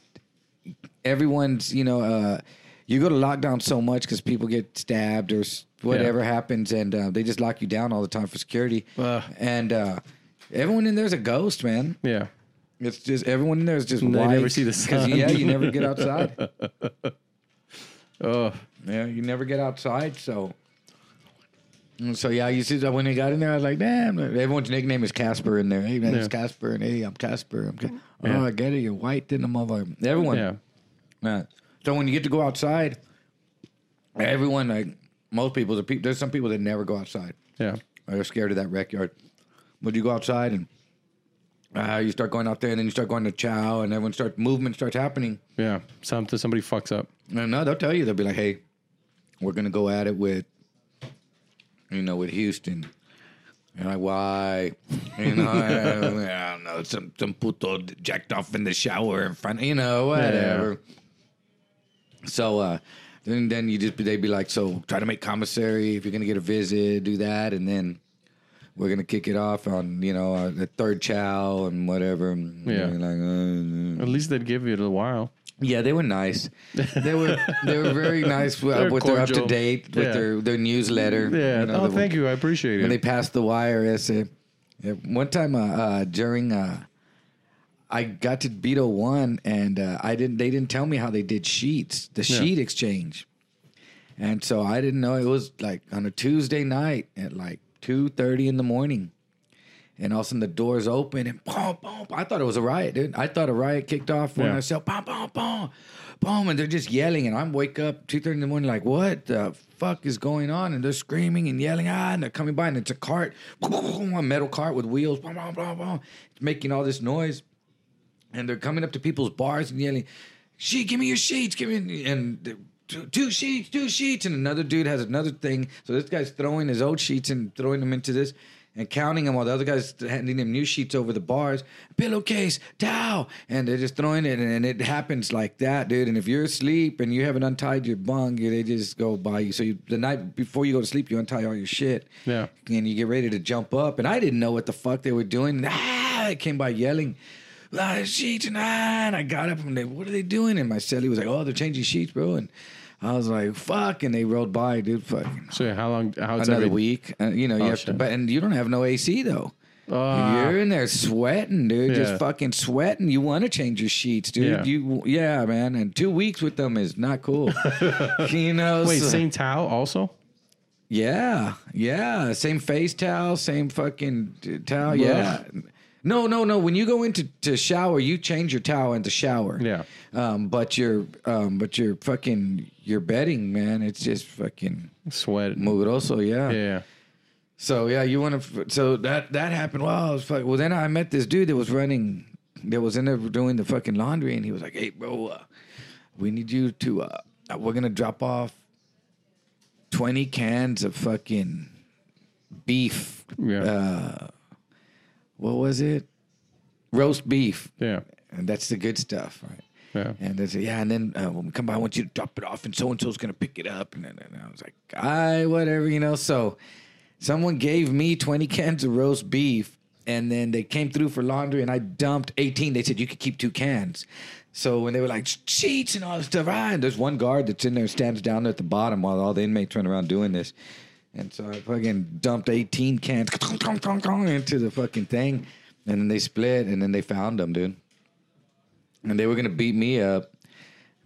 everyone's, you know, uh, you go to lockdown so much because people get stabbed or s- whatever happens, and uh, they just lock you down all the time for security.
Ugh.
And uh, everyone in there's a ghost, man.
yeah.
It's just everyone in there is just
And they
white.
never see the
'cause,
sun.
Yeah, you never get outside.
Oh,
yeah, you never get outside. So. And So yeah, you see that when they got in there, I was like, damn. Everyone's nickname is Casper in there. Hey man, it's
Yeah.
Casper, and hey, I'm Casper. I'm Ca-
Yeah.
Oh, I get it. You're white, then the mother. Everyone.
yeah.
Uh, so when you get to go outside, everyone like most people, the peop there's some people that never go outside.
Yeah.
Or they're scared of that rec yard. But you go outside and uh, you start going out there, and then you start going to Chow, and everyone starts movement starts happening.
Yeah. Something somebody fucks up.
No, no, they'll tell you. They'll be like, "Hey, we're gonna go at it with, you know, with Houston." And like, why? You know, I, I don't know. Some some puto jacked off in the shower in front. You know, whatever. So uh, then then you just they'd be like, "So try to make commissary if you're gonna get a visit, do that, and then." We're gonna kick it off on you know uh, the third chow and whatever. And
Yeah.
you're like, uh,
At least they'd give you a while.
yeah, they were nice. They were they were very nice with,
They're
with their up to
cordial.
date with
Yeah.
their, their newsletter.
Yeah.
You know,
oh,
the-
thank you. I appreciate
When they
it.
passed the wire essay, yeah, one time uh, uh, during uh, I got to Beto one and uh, I didn't they didn't tell me how they did sheets the sheet exchange, and so I didn't know it was like on a Tuesday night at like two thirty in the morning. And all of a sudden the doors open and boom, boom. I thought it was a riot, dude. I thought a riot kicked off when
Yeah.
I said boom, boom, boom, boom. And they're just yelling. And I'm wake up 2.30 in the morning like, what the fuck is going on? And they're screaming and yelling. Ah, and they're coming by and it's a cart, a metal cart with wheels, boom, boom, boom, boom. It's making all this noise. And they're coming up to people's bars and yelling, she, give me your sheets. Give me, and the- two, two sheets, two sheets. And another dude has another thing. So this guy's throwing his old sheets and throwing them into this and counting them while the other guy's handing him new sheets over the bars, pillowcase, towel. And they're just throwing it. And it happens like that, dude. And if you're asleep and you haven't untied your bunk, you- they just go by you. So you, the night before you go to sleep, you untie all your shit.
Yeah.
And you get ready to jump up. And I didn't know what the fuck they were doing. Ah, I came by yelling, "Ah, sheets and ah, and I got up and they, what are they doing? And my celly was like, oh, they're changing sheets, bro. And I was like, fuck. And they rolled by, dude. Fucking
So how long? How's
another
every-
week. Uh, you know, you
Oh,
have to,
shit.
but, and you don't have no AC though.
Ah.
You're in there sweating, dude.
Yeah.
Just fucking sweating. You want to change your sheets, dude.
Yeah.
You, yeah, man. And two weeks with them is not cool. you know.
Wait,
so-
Saint Tao also?
yeah, yeah. Same face towel, same fucking t- towel. Yeah. No, no, no. When you go into to shower, you change your towel into shower.
Yeah.
Um, but your um, but your fucking your bedding, man, it's just fucking
Sweat.
mugroso. Yeah.
Yeah.
So yeah, you want to. So that that happened. Wow. I was fuck, well, then I met this dude that was running, that was in there doing the fucking laundry, and he was like, "Hey, bro, uh, we need you to. Uh, we're gonna drop off twenty cans of fucking beef.
Yeah.
Uh, What was it? Roast beef,
yeah.
and that's the good stuff, right?
Yeah.
And they say, yeah, and then uh, when we come by, I want you to drop it off, and so and so's gonna pick it up. And, then and I was like, I whatever, you know. So someone gave me twenty cans of roast beef, and then they came through for laundry, and I dumped eighteen. They said you could keep two cans. So when they were like sheets and all this stuff, ah, and there's one guard that's in there stands down at the bottom while all the inmates run around doing this. And so I fucking dumped 18 cans into the fucking thing. And then they split and then they found them, dude and they were gonna beat me up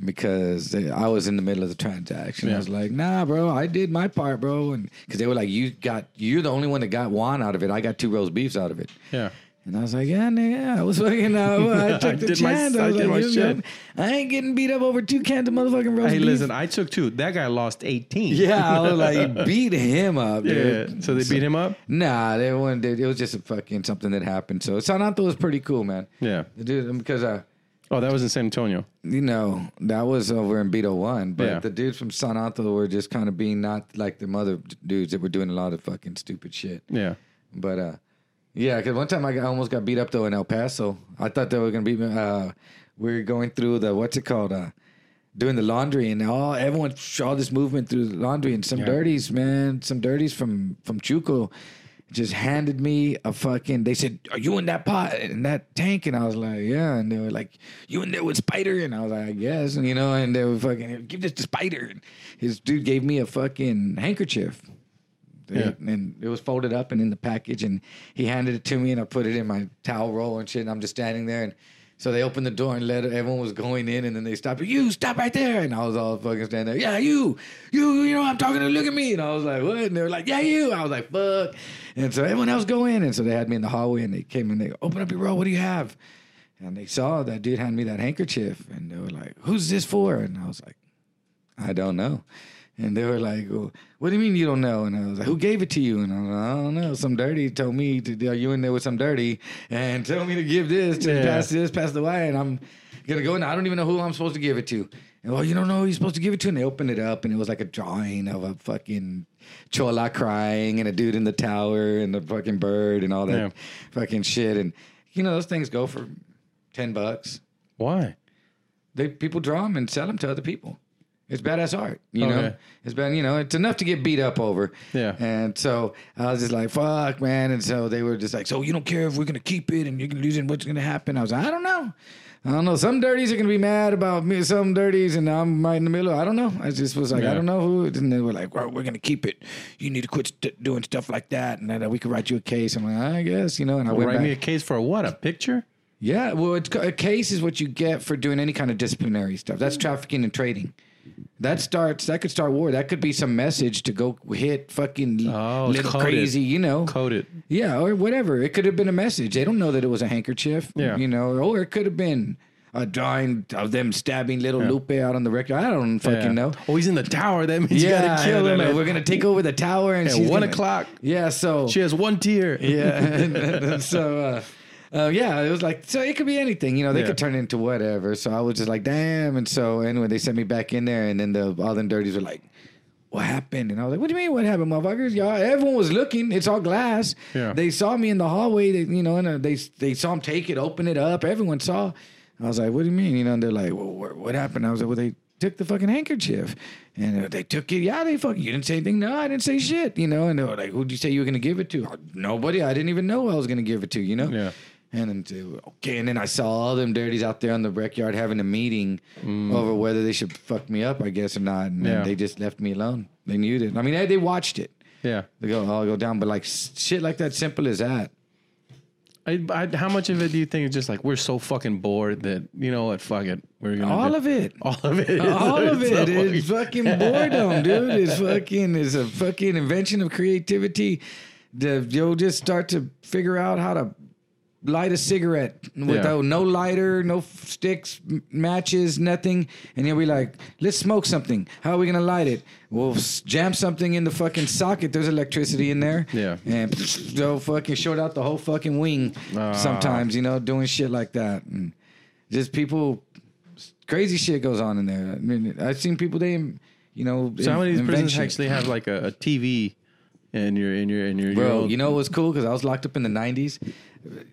because they, I was in the middle of the transaction. I
Yeah.
was like, "Nah, bro, I did my part, bro," and because they were like, "You got, you're the only one that got one out of it. I got two roast beefs out of it."
Yeah.
And I was like, yeah, nigga, I was fucking, uh, I took
I
the
did my-
chance. I,
I
was
did
like,
my
you
shit.
know, I ain't getting beat up over two cans of motherfucking roast
Hey,
beef.
listen, I took two. That guy lost 18.
Yeah, I was like, beat him up,
Yeah.
dude.
So they beat him up?
Nah, they weren't. Dude. It was just a fucking something that happened. So San Anto was pretty cool, man.
Yeah.
Dude, because uh,
Oh, that was in San Antonio.
you know, that was over in Beto One, but
Yeah.
the dudes from San Anto were just kind of being not like the mother dudes that were doing a lot of fucking stupid shit.
Yeah.
But uh, yeah, because one time I got, I almost got beat up though in El Paso. I thought they were gonna beat me. Uh, we were going through the what's it called? Uh, doing the laundry and all everyone all this movement through the laundry and some dirties, man, some dirties from from Chuco. Just handed me a fucking. They said, "Are you in that pot in that tank?" And I was like, "Yeah." And they were like, "You in there with Spider?" And I was like, "I guess." And you know, and they were fucking give this to Spider. And his dude gave me a fucking handkerchief.
Yeah.
And it was folded up and in the package, and he handed it to me, and I put it in my towel roll and shit. And I'm just standing there, and so they opened the door and let everyone was going in, and then they stopped. You stop right there, and I was all fucking standing there. Yeah, you, you, you know, I'm talking to. Look at me, and I was like, what? And they were like, yeah, you. I was like, fuck. And so everyone else go in, and so they had me in the hallway, and they came and they open up your roll. What do you have? And they saw that dude hand me that handkerchief, and they were like, "Who's this for?" And I was like, "I don't know." And they were like, well, "What do you mean you don't know?" And I was like, "Who gave it to you?" And I was like, "I don't know. Some dirty told me to. You in there with some dirty, and told me to give this, to
Yeah.
pass this, pass the wire, and I'm gonna go and I don't even know who I'm supposed to give it to." And well, you don't know who you're supposed to give it to, and they opened it up, and it was like a drawing of a fucking chola crying, and a dude in the tower, and a fucking bird, and all that
Yeah.
fucking shit. And you know those things go for ten bucks.
Why?
They people draw them and sell them to other people. It's badass art, you know.
Okay.
It's been, you know, it's enough to get beat up over.
Oh, Yeah.
And so I was just like, "Fuck, man!" And so they were just like, "So you don't care if we're gonna keep it and you're gonna lose it? What's gonna happen?" I was like, "I don't know. I don't know. Some dirties are gonna be mad about me. Some dirties, and I'm right in the middle. I don't know. I just was like, I
Yeah.
don't know who." And they were like, "Well, we're gonna keep it. You need to quit st- doing stuff like that, and then we could write you a case." I'm like, "I guess, you know." And I went
Write
back.
me a case for what? A picture?
Yeah, well, it's, a case is what you get for doing any kind of disciplinary stuff. That's trafficking and trading. That starts. That could start war. That could be some message to go hit fucking
Oh,
little
coded.
crazy, you know?
Code it.
Yeah, or whatever. It could have been a message. They don't know that it was a handkerchief.
Yeah.
you know, or it could have been a drawing of them stabbing little Lupe out on the record. I don't fucking
Yeah.
know.
Oh, he's in the tower. That means you
Yeah,
gotta kill him.
We're gonna take over the tower and
At
she's
one
gonna-
o'clock.
Yeah, so
She has one tear.
yeah. And- and so, uh, uh, yeah, it was like, so it could be anything, you know, they
Yeah.
could turn it into whatever. So I was just like, damn. And so, anyway, they sent me back in there, and then the all them dirties were like, what happened? And I was like, what do you mean, what happened, motherfuckers? Y'all, everyone was looking. It's all glass.
Yeah.
They saw me in the hallway, they, you know, and uh, they, they saw him take it, open it up. Everyone saw. I was like, what do you mean? You know, and they're like, well, wh- what happened? I was like, well, they took the fucking handkerchief. And uh, they took it. Yeah, they fucking, you didn't say anything. No, I didn't say shit, you know. And they were like, who'd you say you were going to give it to? "Uh, Nobody. I didn't even know I was going to give it to, you know.
Yeah.
And then, they were, okay, and then I saw all them dirties out there on the rec yard having a meeting over whether they should fuck me up, I guess, or not. And then
Mm. Yeah.
they just left me alone. They knew it. I mean, they, they watched it.
Yeah.
They go, I'll go down. But like s- shit like that, simple as that.
I, I, how much of it do you think is just like we're so fucking bored that you know what? Fuck it, we're gonna
All
do-
of it.
all of it,
All of
It's
it
so
is fucking boredom, dude. It's fucking it's a fucking invention of creativity. The, you'll just start to figure out how to light a cigarette without no lighter, no f- sticks, m- matches, nothing. And you'll be like, let's smoke something. How are we gonna light it? We'll s- jam something in the fucking socket. There's electricity in there.
Yeah.
And they'll fucking short out the whole fucking wing
Ah.
sometimes, you know, doing shit like that. And just people crazy shit goes on in there. I mean, I've seen people they, you know,
So how many of these
invent
prisons
shit.
actually have like a, a TV in your in your in your? your
Bro,
old-
you know what's cool? Because I was locked up in the '90s.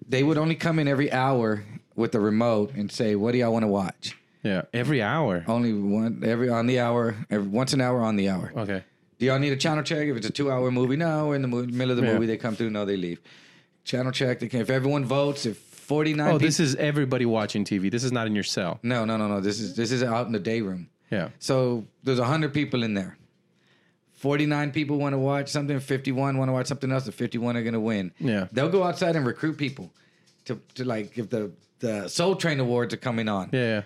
They would only come in every hour with a remote and say, "What do y'all want to watch?"
yeah, every hour.
Only one every on the hour, every, once an hour on the hour.
Oh, Okay,
Do y'all need a channel check? If it's a two hour movie, no. We're in the mo- middle of the
Yeah.
movie, they come through. No, they leave. Channel check. They can, if everyone votes, if 49
Oh,
people,
this is everybody watching TV. This is not in your cell.
no, no, no, no. This is this is out in the day room.
Yeah.
So there's 100 people in there. 49 people want to watch something, 51 want to watch something else, the 51 are going to win.
Yeah.
They'll go outside and recruit people to, to like if the, the Soul Train Awards are coming on.
Yeah, yeah.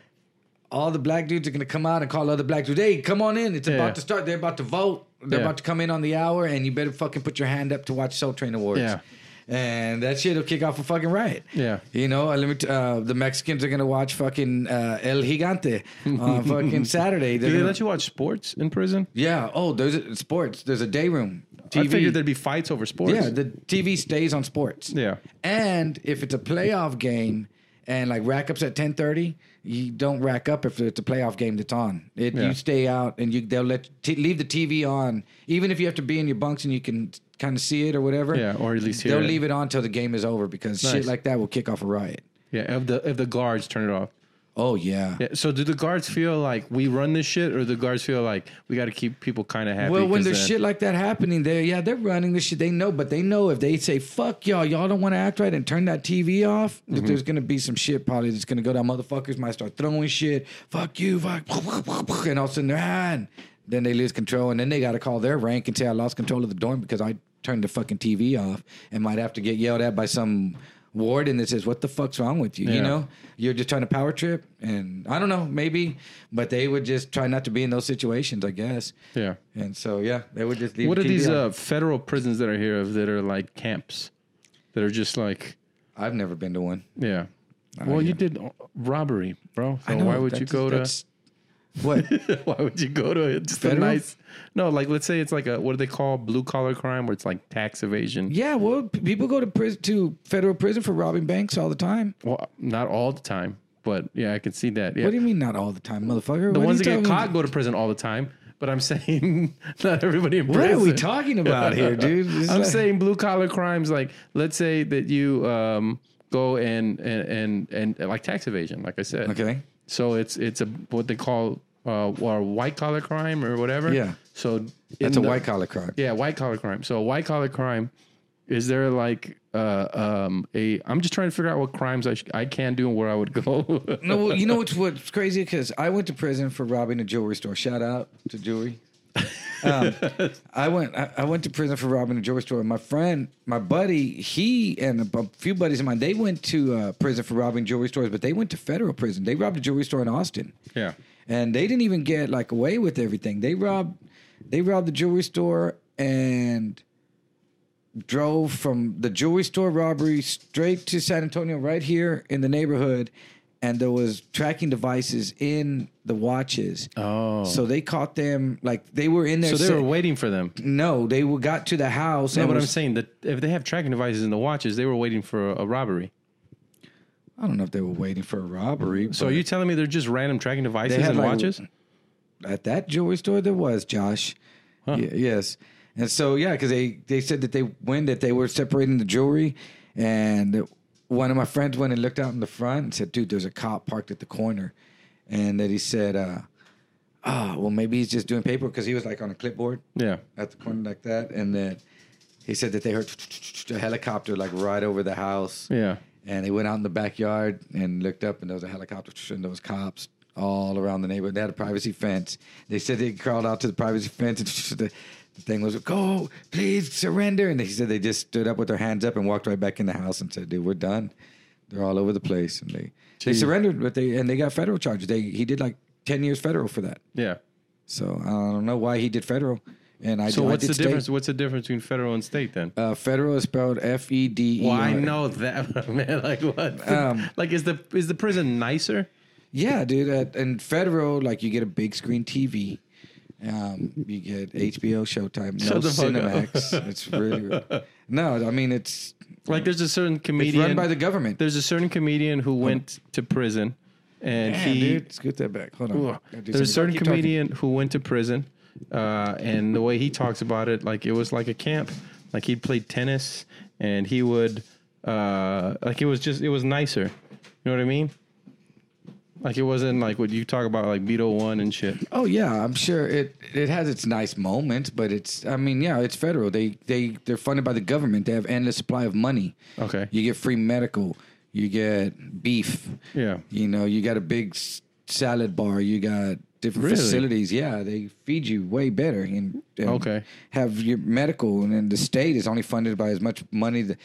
All the black dudes are going to come out and call other black dudes, hey, come on in. It's
Yeah.
about to start. They're about to vote. They're
Yeah.
about to come in on the hour, and you better fucking put your hand up to watch Soul Train Awards.
Yeah.
And that shit will kick off a fucking riot.
Yeah.
You know, uh, let me t- uh, the Mexicans are going to watch fucking uh, El Gigante on fucking Saturday. They're
Do they
gonna-
let you watch sports in prison?
yeah. Oh, there's a, sports. There's a day room.
I figured there'd be fights over sports.
yeah, the TV stays on sports.
Yeah.
And if it's a playoff game and like rack ups at 10:30, you don't rack up if it's a playoff game that's on. It,
Yeah.
You stay out and you they'll let t- leave the TV on even if you have to be in your bunks and you can kind of see it or whatever.
Yeah, or at least hear
they'll
it.
leave it on till the game is over because shit
Nice.
like that will kick off a riot.
yeah. If the if the guards turn it off.
Oh yeah.
Yeah. So do the guards feel like we run this shit, or the guards feel like we got to keep people kind of happy?
Well, when
'cause uh,
there's
then-
shit like that happening, there, yeah, they're running this shit. They know, but they know if they say "fuck y'all," y'all don't want to act right and turn that TV off.
Mm-hmm.
That there's gonna be some shit probably that's gonna go down. Motherfuckers might start throwing shit. Fuck you, fuck, and all of a sudden they're ah, and then they lose control, and then they gotta call their rank and say I lost control of the dorm because I turned the fucking TV off, and might have to get yelled at by some. Warden that says, "What the fuck's wrong with you?" You
Yeah.
know, you're just trying to power trip, and I don't know, maybe, but they would just try not to be in those situations, I guess.
Yeah.
And so, yeah, they would just leave.
What are
the
these
TV on.
uh, federal prisons that are here of that are like camps, that are just like
I've never been to one.
yeah.
I
well,
mean,
you did robbery, bro.
Uh, I
So
know,
why would you
that's-
go to?
that's- what?
why would you go to it? Just a
Federal?
nice. No, like let's say it's like a what do they call blue collar crime where it's like tax evasion.
Yeah, well, p- people go to prison to federal prison for robbing banks all the time.
Well, not all the time, but yeah, I can see that. Yeah.
What do you mean not all the time, motherfucker?
the
What are
ones
you
that get
talking-
caught go to prison all the time. But I'm saying not everybody in
What
prison.
are we talking about here, dude? This is
I'm
like-
saying blue collar crimes. Like, let's say that you um, go and, and and and like tax evasion, like I said.
Okay.
So it's it's a what they call uh, or white collar crime or whatever.
Yeah.
So
that's
in
a
the-
white collar crime.
Yeah, white collar crime. So white collar crime is there like uh, um, a? I'm just trying to figure out what crimes I sh- I can do and where I would go.
No, well, you know what's what's crazy because I went to prison for robbing a jewelry store. Shout out to jewelry. Um, I went I, I went to prison for robbing a jewelry store. My friend, my buddy, he and a bu- few buddies of mine, they went to uh, prison for robbing jewelry stores, but they went to federal prison. They robbed a jewelry store in Austin.
Yeah.
and they didn't even get like away with everything. They robbed they robbed the jewelry store and drove from the jewelry store robbery straight to San Antonio, right here in the neighborhood, and there was tracking devices in the watches.
Oh.
so they caught them like they were in there.
so they were waiting for them.
no, they were, got to the house.
No,
and
but I'm
was-
saying that if they have tracking devices in the watches, they were waiting for a, a robbery.
I don't know if they were waiting for a robbery.
So
but
are you telling me they're just random tracking devices
had,
and
like,
watches?
at that jewelry store there was Josh. Ye- yes, and so yeah, because they they said that they when that they were separating the jewelry, and one of my friends went and looked out in the front and said, "Dude, there's a cop parked at the corner," and that he said, uh, "Ah, well maybe he's just doing paperwork because he was like on a clipboard."
Yeah.
at the corner like that, and then he said that they heard a helicopter like right over the house.
Yeah.
And they went out in the backyard and looked up, and there was a helicopter, and there was cops all around the neighborhood. They had a privacy fence. They said they crawled out to the privacy fence, and the, the thing was, "Go, please surrender." And they said they just stood up with their hands up and walked right back in the house and said, "Dude, we're done. They're all over the place." And they they
Gee.
surrendered, but they and they got federal charges. They he did like ten years federal for that.
Yeah.
So I don't know why he did federal. And I
So
I
what's
did
the
state.
difference? What's the difference between federal and state then?
Uh, federal is spelled F E D E.
Well, I
R.
know that man. Like what?
Um,
like is the is the prison nicer?
Yeah, dude. Uh, and federal, like you get a big screen TV. Um, you get HBO, Showtime, no
Shut the fuck up.
Cinemax. it's really no. I mean, it's
Like there's a certain
it's
comedian
run by the government.
There's a certain comedian who went to prison, and
Damn,
he
dude, let's get that back. Hold on.
Ugh.
Gotta do
There's a certain
something. Keep talking.
comedian who went to prison, uh, and the way he talks about it, like it was like a camp. Like he'd play tennis, and he would, uh, like it was just it was nicer. You know what I mean? Like it wasn't like what you talk about, like Beto One and shit.
Oh yeah, I'm sure it it has its nice moments, but it's I mean yeah, it's federal. They they they're funded by the government. They have endless supply of money.
Okay.
You get free medical. You get beef.
Yeah.
You know, you got a big s- salad bar. You got different
Really?
facilities. Yeah, they feed you way better and, and
Okay.
have your medical. And then the state is only funded by as much money that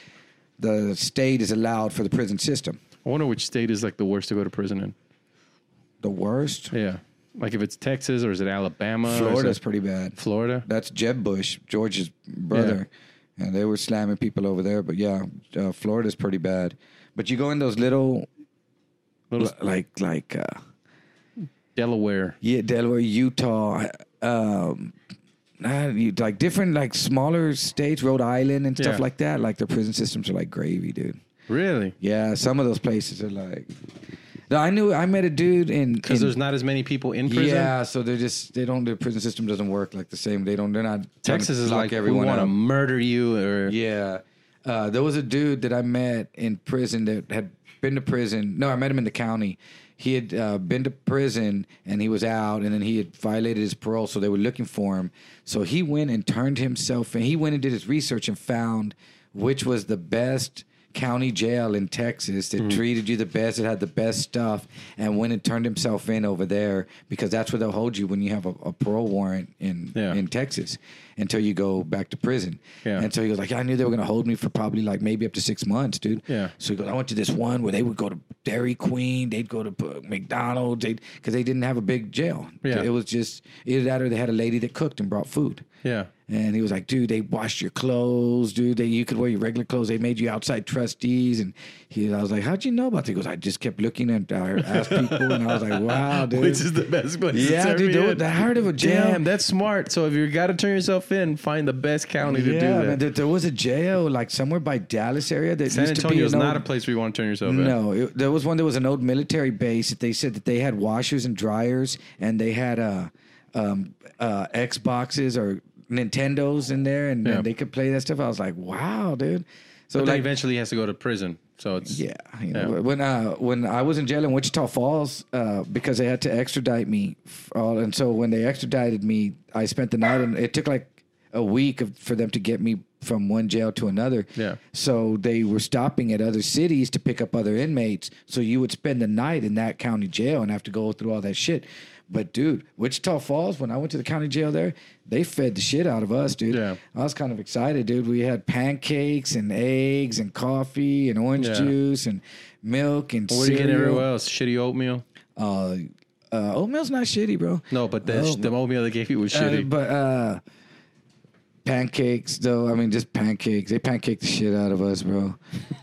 the state is allowed for the prison system.
I wonder which state is like the worst to go to prison in.
The worst,
Yeah, like if it's Texas or is it Alabama? or is
Florida's
it
pretty bad.
Florida.
That's Jeb Bush, George's brother. And they were slamming people over there. But yeah, uh, Florida's pretty bad. But you go in those little,
Little
like, like, uh,
Delaware.
yeah, Delaware, Utah, um, uh, you- like different, like smaller states, Rhode Island and stuff
Yeah.
like that. Like their prison systems are like gravy, dude.
Really?
Yeah, some of those places are like. No, I knew I met a dude in
Because
in-
there's not as many people in prison.
Yeah, so they're just they don't the prison system doesn't work like the same. They don't. They're not trying to
Texas is
lock
like everyone we want to
out.
murder you or
Yeah. Uh, there was a dude that I met in prison that had been to prison. No, I met him in the county. He had uh, been to prison and he was out, and then he had violated his parole, so they were looking for him. So he went and turned himself in. He went and did his research and found which was the best county jail in Texas that treated you the best, that had the best stuff, and went and turned himself in over there because that's where they'll hold you when you have a, a parole warrant in
Yeah.
in Texas until you go back to prison.
Yeah.
And so he goes like, I knew they were gonna hold me for probably like maybe up to six months, dude.
Yeah.
So he goes, I went to this one where they would go to Dairy Queen, they'd go to uh, McDonald's, they because they didn't have a big jail.
Yeah.
It was just either that or they had a lady that cooked and brought food.
Yeah.
And he was like, dude, they washed your clothes, dude. They, you could wear your regular clothes. They made you outside trustees. And he, I was like, how'd you know about this? He goes, I just kept looking at our ass people. And I was like, wow, dude.
Which is the best place? to
yeah,
turn
dude,
me
the,
in.
the heart of a jail.
Damn, that's smart. So if you got to turn yourself in, find the best county to do
yeah,
that.
man, there, there was a jail like somewhere by Dallas area. That
San
used to be
Antonio is
an
not a
old-
place where you want to turn yourself in.
No, it, there was one. There was an old military base that they said that they had washers and dryers, and they had uh, um, uh, Xboxes or Nintendos in there, and,
Yeah.
and they could play that stuff. I was like, wow, dude. So
But then
like,
eventually he has to go to prison. So it's
yeah, you know,
Yeah.
when uh, when I was in jail in Wichita Falls, uh, because they had to extradite me, f- all, and so when they extradited me, I spent the night, and it took like a week of, for them to get me from one jail to another.
Yeah.
So they were stopping at other cities to pick up other inmates. So you would spend the night in that county jail and have to go through all that shit. But dude, Wichita Falls, when I went to the county jail there, they fed the shit out of us, dude.
Yeah.
I was kind of excited, dude. We had pancakes and eggs and coffee and orange
Yeah.
juice and milk and
what do you
cereal.
get everywhere else? Shitty oatmeal?
Uh, uh, oatmeal's not shitty, bro.
No, but the,
Oh,
the oatmeal they gave you was
uh,
shitty.
but uh, pancakes, though. I mean, just pancakes. They pancake the shit out of us, bro.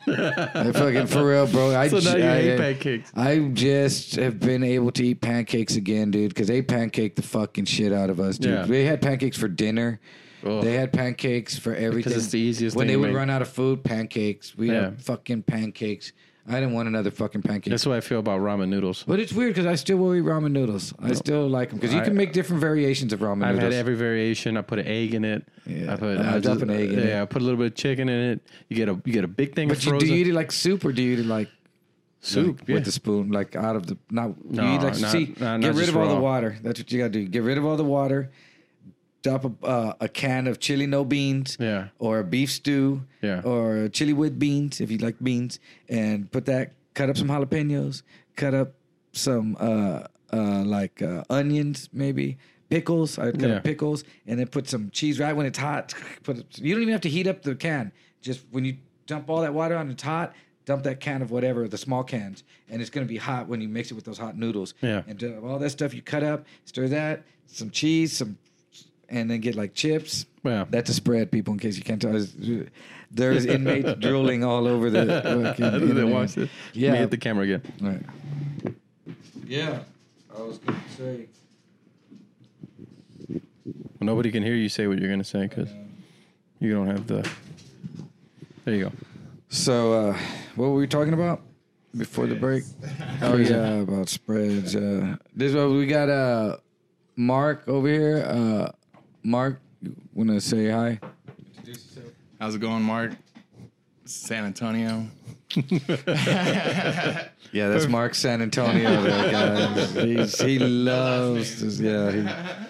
I fucking for real, bro. I
So now
ju-
you
I- uh,
hate pancakes.
I just have been able to eat pancakes again, dude, because they pancake the fucking shit out of us, dude.
Yeah.
They had pancakes for dinner.
Ugh.
They had pancakes for everything.
it's the easiest
when
thing
they
to
would
make.
run out of food, pancakes. We
Yeah.
had fucking pancakes. I didn't want another fucking pancake.
That's what I feel about ramen noodles.
but it's weird because I still will eat ramen noodles. I still like them because you
I-
can make different variations of ramen
I've
noodles.
had every variation. I put an egg in it.
Yeah.
I put
I
I
dump an egg in
yeah,
it.
I put a little bit of chicken in it. You get a you get a big thing
But
of
you, do
frozen
you eat it like soup or do you eat it like
soup.
like
yeah.
with the spoon, like out of the not?
No,
you eat like
not-
see,
no, not
get rid
just
of all the
raw.
water. That's what you gotta do. Get rid of all the water. Drop a, uh, a can of chili no beans,
Yeah.
or a beef stew,
Yeah.
or chili with beans if you like beans, and put that. Cut up some jalapenos. Cut up some uh, uh, like uh, onions, maybe pickles. I cut
Yeah.
up pickles, and then put some cheese right when it's hot. Put it- you don't even have to heat up the can. Just when you dump all that water on, it's hot. Dump that can of whatever the small cans, and it's gonna be hot when you mix it with those hot noodles.
Yeah.
and do all that stuff you cut up, stir that, some cheese, some, and then get like chips.
Yeah.
that's a spread, people. In case you can't tell, there's inmates drooling all over the. fucking
They
internet.
watch it.
Yeah,
Me hit the camera again.
Right. Yeah, I was gonna say.
Well, nobody can hear you say what you're gonna say because
um,
you don't have the. There you go.
So, uh, what were we talking about before the break? Oh yeah, about spreads. Uh, this is what we got. Uh, Mark over here. Uh, Mark, you wanna say hi?
How's it going, Mark? San Antonio.
Yeah, that's Mark San Antonio. There, guys. He's, he loves. This, yeah,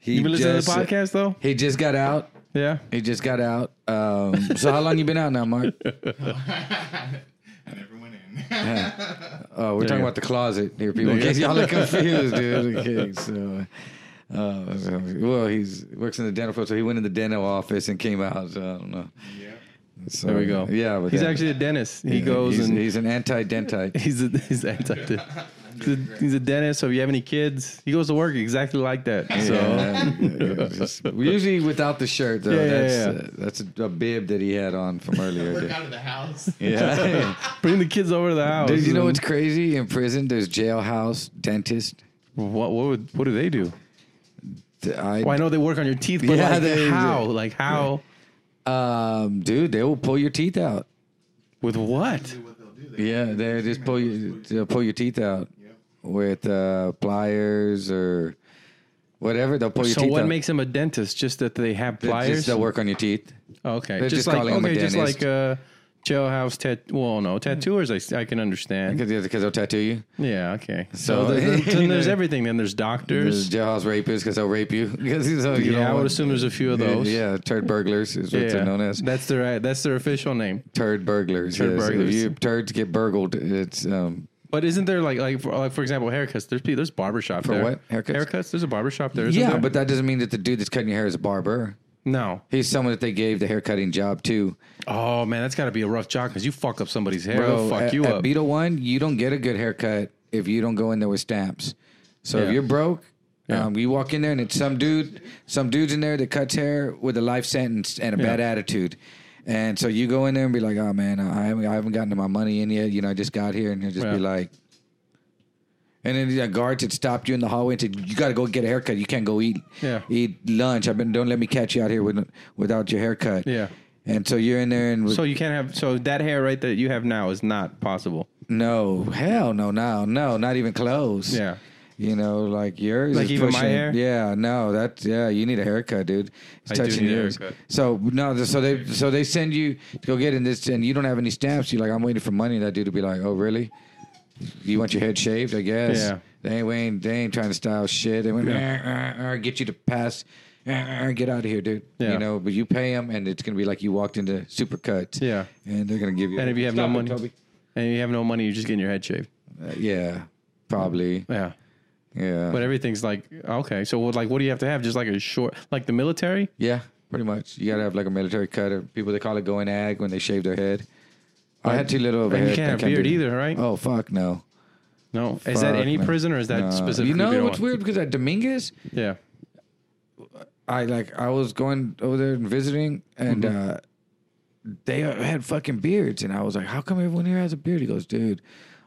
he. he
You been listening to
just-
the podcast though?
He just got out.
Yeah.
He just got out. Um, so how long you been out now, Mark?
I never went in.
Oh, we're talking
you go.
about the closet here, people. In case y'all are confused, dude. Okay, so, uh, so- well, he's works in the dental field, so he went in the dental office and came out. So I don't know. So,
There we go.
Yeah, but
he's
that-
actually a dentist. He goes
he's,
and
he's an anti-dentite.
He's a, he's anti he's, a- he's a dentist. So if you have any kids, he goes to work exactly like that. So
Yeah, yeah, just- usually without the shirt though.
Yeah, yeah,
that's
yeah.
Uh, that's a, a bib that he had on from earlier.
Work
dude.
out of the house.
Yeah,
bring the kids over to the house.
dude. You know
and-
what's crazy? In prison, there's jailhouse dentist.
what? What would what do they do?
I,
Well, I know they work on your teeth, but
Yeah,
like
they-
how? Like how?
um, dude, they will pull your teeth out.
With what?
What they'll do, they
Yeah, they just pull you they'll pull your teeth out with uh, pliers or whatever. They'll pull your
So
teeth
what
out.
makes them a dentist? Just that they have
They just-
pliers.
they'll work on your teeth.
Oh, okay,
they're
just,
just
like
calling them a
okay, just
dentist.
like uh, jailhouse tat. Well, no, tattooers. I, s- I can understand.
Because they'll tattoo you.
Yeah, okay. So
So-
there's, then there's everything. Then there's
There's
doctors.
jailhouse rapists because they'll rape you. 'Cause, you know, you
yeah,
don't
I would
want-
assume there's a few of those.
Yeah, turd burglars is what they're known as.
That's their that's their official name.
Turd burglars.
Turd
yes.
burglars.
If you turds get burgled, it's um,
But isn't there like like for, like for example haircuts? There's pe- there's barbershop
For
there.
what? Haircuts?
Haircuts. There's a barbershop there. Isn't
yeah,
there?
but that doesn't mean that the dude that's cutting your hair is a barber.
no.
He's someone that they gave the haircutting job to.
Oh man, that's got to be a rough job because you fuck up somebody's hair, it'll fuck
at,
you
at
up.
Beetle One, you don't get a good haircut if you don't go in there with stamps. So
Yeah.
if you're broke
Yeah.
Um, you walk in there and it's some dude, some dude's in there that cuts hair with a life sentence and a bad attitude. And so you go in there and be like, oh man, I haven't, I haven't gotten to my money in yet. You know, I just got here. And he'll just
Yeah.
be like, and then the guards had stopped you in the hallway and said, "You got to go get a haircut. You can't go eat
Yeah.
eat lunch. I've been don't let me catch you out here with, without your haircut."
Yeah.
And so you're in there and
So you can't have so that hair right that you have now is not possible.
no, hell no, no, no, not even close.
Yeah.
You know, like yours,
Like
is
even my
pushing-
hair?
Yeah, no, that's yeah. You need a haircut, dude. It's
I do need a
yours.
haircut.
So no, th- so they so they send you to go get in this, and you don't have any stamps. You're like, I'm waiting for money. That dude to be like, Oh, really? You want your head shaved? I guess.
Yeah.
They ain't, we ain't they ain't trying to style shit. They went "Uh, uh, uh," get you to pass. "Uh, uh, uh, Get out of here, dude.
Yeah.
You know, but you pay them, and it's gonna be like you walked into Supercuts.
Yeah.
and they're gonna give you.
And if you have
Stop
no
it,
money,
Toby.
and if you have no money, you're just getting your head shaved.
Uh, yeah, probably.
Yeah.
Yeah.
But everything's like okay. So what, like, what do you have to have? Just like a short, like the military.
yeah, pretty much. You gotta have like a military cut, or people they call it going ag when they shave their head. I had too little of a
And you
head.
can't
I
have beard
do that.
either, right?
Oh fuck no.
No, is that
Fuck
any
no.
prison or is that
Nah.
specifically?
You know
Vera
what's
Wang?
weird because at Dominguez,
Yeah,
I like I was going over there and visiting, and
Mm-hmm.
uh, they had fucking beards, and I was like, "How come everyone here has a beard?" He goes, "Dude,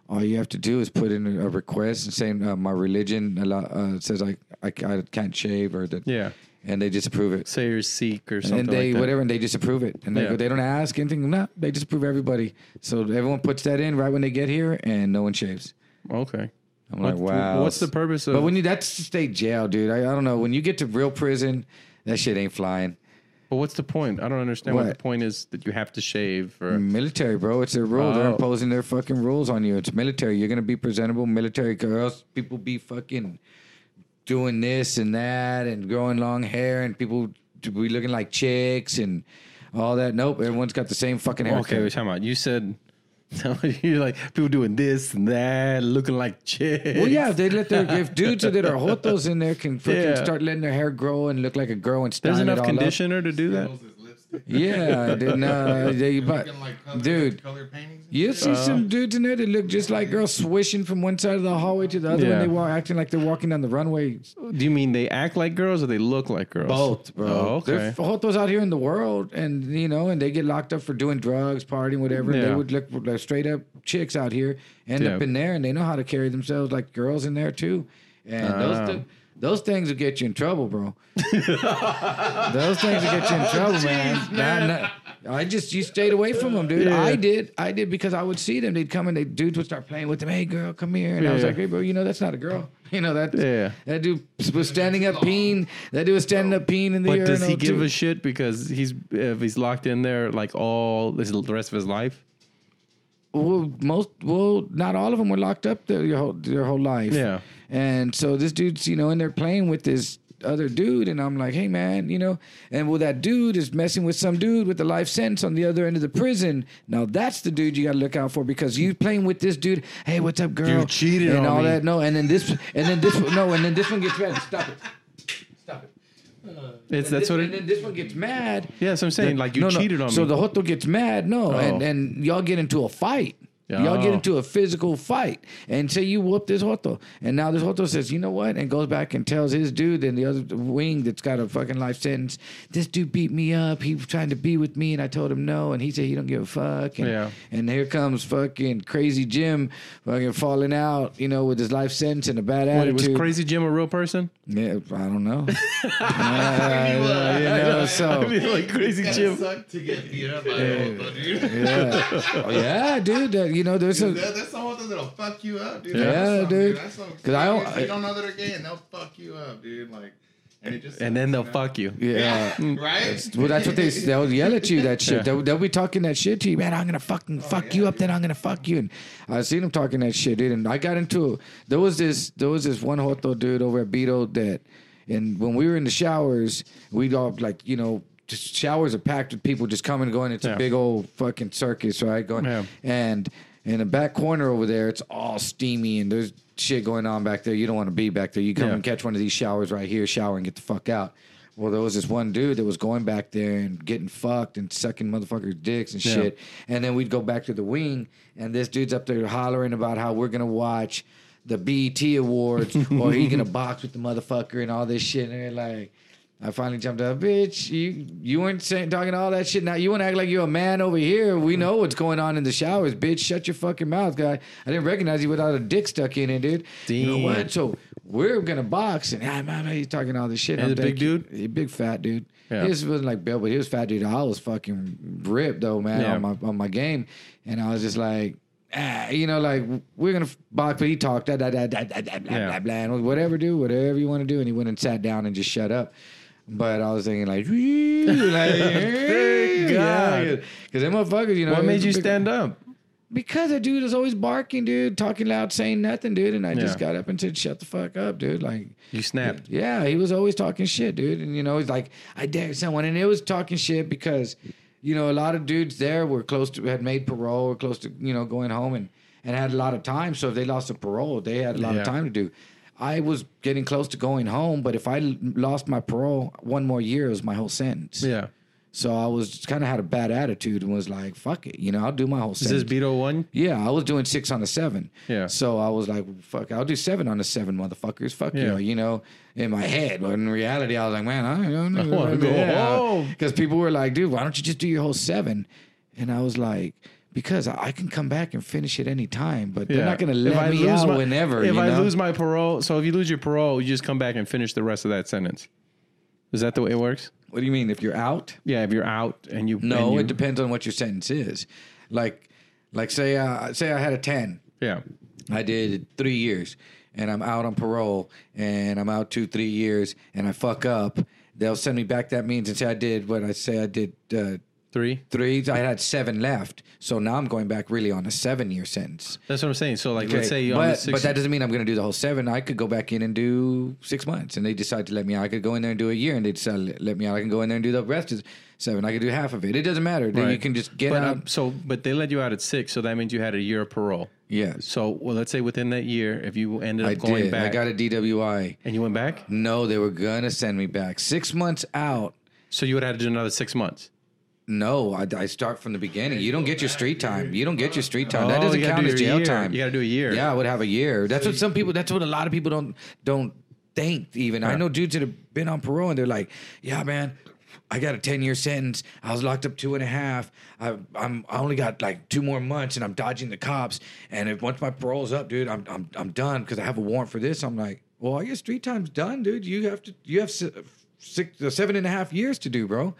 all you have to do is put in a request and saying uh, my religion allow, uh, says I, I I can't shave or that
yeah.
and they disapprove it.
Say you're Sikh or something
and they
like that.
whatever and they just approve it and they
Yeah.
go, they don't ask anything no they just approve everybody so everyone puts that in right when they get here and no one shaves
Okay.
i'm like
What-
wow
What's the purpose of?
but when you that's state jail dude I, I don't know when you get to real prison that shit ain't flying
but what's the point? I don't understand what,
What?
the point is that you have to shave
Mm,
or.
military bro it's their rule they're
Oh.
imposing their fucking rules on you it's military you're gonna be presentable military girls people be fucking doing this and that and growing long hair and people be looking like chicks and all that nope everyone's got the same fucking haircut.
Okay, we're talking about. You said you're like people doing this and that, looking like chicks.
Well, yeah, if they let their if dudes that are jotos in there can freaking
Yeah.
start letting their hair grow and look like a girl and style
There's
it
enough
all
conditioner to do that.
Pearls is lipstick.
Up. Yeah, dude, no, they, but
Fucking, like, color,
dude,
color paintings. and
you
shit.
see
Uh-huh.
some dudes in there that look just like girls swishing from one side of the hallway to the other,
Yeah.
and they walk acting like they're walking down the runway.
Do you mean they act like girls or they look like girls? Oh,
They're
okay.
jotos out here in the world, and you know, and they get locked up for doing drugs, partying, whatever. and They
Yeah.
would look like straight up chicks out here, end up
Yeah.
in there, and they know how to carry themselves like girls in there too. And
Ah.
those th- those things will get you in trouble, bro. those things will get you in trouble, man. Nah, nah. I just you stayed away from them, dude.
Yeah.
I did, I did because I would see them. They'd come and they dudes would start playing with them. Hey, girl, come here, and I was
Yeah.
like, hey, bro, you know that's not a girl. You know that
Yeah.
that dude was standing up peeing. That dude was standing up peeing in the
But does he
urinal,
give
too.
a shit because he's if he's locked in there like all this the rest of his life?
well, most well, not all of them were locked up their, your whole their whole life.
Yeah.
and so this dude's you know in there playing with this other dude, and I'm like, hey man, you know, and well that dude is messing with some dude with a life sentence on the other end of the prison. Now that's the dude you got to look out for because you playing with this dude. Hey, what's up, girl?
You cheated
and
on
all
me.
that. No, and then this and then this no, and then this one gets mad. Stop it. Stop it.
It's
And
that's
this-
what
And
it.
then this one gets mad.
Yeah, that's what I'm saying. Like you
No, no.
cheated on
so
me.
the Joto gets mad, no, and,
Oh.
and y'all get into a fight. Y'all
Oh.
get into a physical fight, and say you whoop this Joto, and now this Joto says, you know what, and goes back and tells his dude in the other wing that's got a fucking life sentence. This dude beat me up. He was trying to be with me, and I told him no, and he said he don't give a fuck. And,
Yeah.
and here comes fucking crazy Jim, fucking falling out, you know, with his life sentence and a bad
Wait,
attitude.
was Crazy Jim a real person?
Yeah, I don't know. Uh, you know, so.
like Crazy
It sucked to get beat up by a whole dude.
Yeah. Oh, yeah, dude. that- you know, there's
Dude,
a.
that, that's the whole thing that'll fuck you up, dude.
Yeah,
That's something,
dude.
That's something.
'Cause I don't-
If you don't know that they're gay, and they'll fuck you up, dude. Like, and it just
And then they'll fuck you.
Yeah.
right.
Well, that's what they they'll yell at you. That shit.
Yeah.
They'll, they'll be talking that shit to you, man. I'm gonna fucking fuck you up. Then I'm gonna fuck you. And I seen them talking that shit, dude. And I got into there was this there was this one hoto dude over at Beto that, and when we were in the showers, we'd all like you know. Just showers are packed with people just coming and going. It's
Yeah.
a big old fucking circus, right? Going
Yeah.
and in the back corner over there, it's all steamy and there's shit going on back there. You don't want to be back there. You come
Yeah.
and catch one of these showers right here, shower and get the fuck out. Well, there was this one dude that was going back there and getting fucked and sucking motherfuckers' dicks and
Yeah.
shit. And then we'd go back to the wing, and this dude's up there hollering about how we're gonna watch the BET Awards, or are you gonna box with the motherfucker and all this shit? And they're like, I finally jumped up, bitch. You you weren't saying talking all that shit. Now you want to act like you're a man over here. We know what's going on in the showers, bitch. Shut your fucking mouth, guy. I didn't recognize you without a dick stuck in it, dude. You know
Damn.
what? So we're gonna box, and ah, man, he's talking all this shit.
And
I'm
he's a big
thinking-
dude?
he big fat dude.
Yeah.
He just wasn't like Bill, but he was fat dude. I was fucking ripped though, man,
Yeah.
on my on my game, and I was just like, ah, you know, like we're gonna f- box, but he talked, da da da da da da blah,
Yeah.
blah, blah, and whatever, do whatever you want to do, and he went and sat down and just shut up. But I was thinking like, thank
God.
because them motherfuckers, you know,
What
it
made
was
you
a big-
stand up?
because a dude is always barking, dude, talking loud, saying nothing, dude, and I just
Yeah.
got up and said, shut the fuck up, dude, like.
You snapped.
Yeah, he was always talking shit, dude. And you know, he's like, I dare someone, and it was talking shit because, you know, a lot of dudes there were close to had made parole or close to you know going home and and had a lot of time. So if they lost a parole, they had a lot
Yeah.
of time to do. I was getting close to going home, but if I l- lost my parole one more year, it was my whole sentence.
Yeah.
So I was kind of had a bad attitude and was like, fuck it, you know, I'll do my whole
Is
sentence.
this Beto one?
Yeah, I was doing six on a seven.
Yeah.
So I was like, fuck, I'll do seven on a seven, motherfuckers. Fuck
Yeah.
you, you know, in my head. But in reality, I was like, man, I don't know.
wanna go home.
Because people were like, dude, why don't you just do your whole seven? And I was like, because I I can come back and finish it any time, but they're not going to let me out whenever.
If
you
I
know?
lose my parole, so if you lose your parole, you just come back and finish the rest of that sentence. Is that the way it works?
what do you mean? If you're out?
Yeah, if you're out and you
No,
and you,
it depends on what your sentence is. Like, like say, uh, say I had a 10.
yeah,
I did three years, and I'm out on parole, and I'm out two, three years, and I fuck up. They'll send me back that means and say I did what I say I did uh,
three.
three. I had seven left, so now I'm going back really on a seven year sentence.
That's what I'm saying. So like, let's
Okay,
say you on the
but,
six,
but that doesn't mean I'm going to do the whole seven. I could go back in and do six months, and they decide to let me out. I could go in there and do a year, and they decide to let- let me out. I can go in there and do the rest of seven. I could do half of it. It doesn't matter. Then you
Right.
can just get
but,
out.
uh, so, but they let you out at six, so that means you had a year of parole.
yes,
So, well, let's say within that year, if you ended up
I
going
did.
back
I got a DWI.
and you went back,
No, they were gonna send me back six months out.
so you would have had to do another six months.
No, I, I start from the beginning. You don't get your street time. You don't get your street time. Uh, that
Oh,
doesn't
you gotta
count
do
as
your
jail
year.
time.
You got to do a year.
Yeah, I would have a year. That's what some people. That's what a lot of people don't don't think. Even I know dudes that have been on parole and they're like, "Yeah, man, I got a ten year sentence. I was locked up two and a half. I, I'm I only got like two more months, and I'm dodging the cops. And if once my parole's up, dude, I'm I'm I'm done because I have a warrant for this. I'm like, well, your street time's done, dude. You have to you have si- six uh, seven and a half years to do, bro.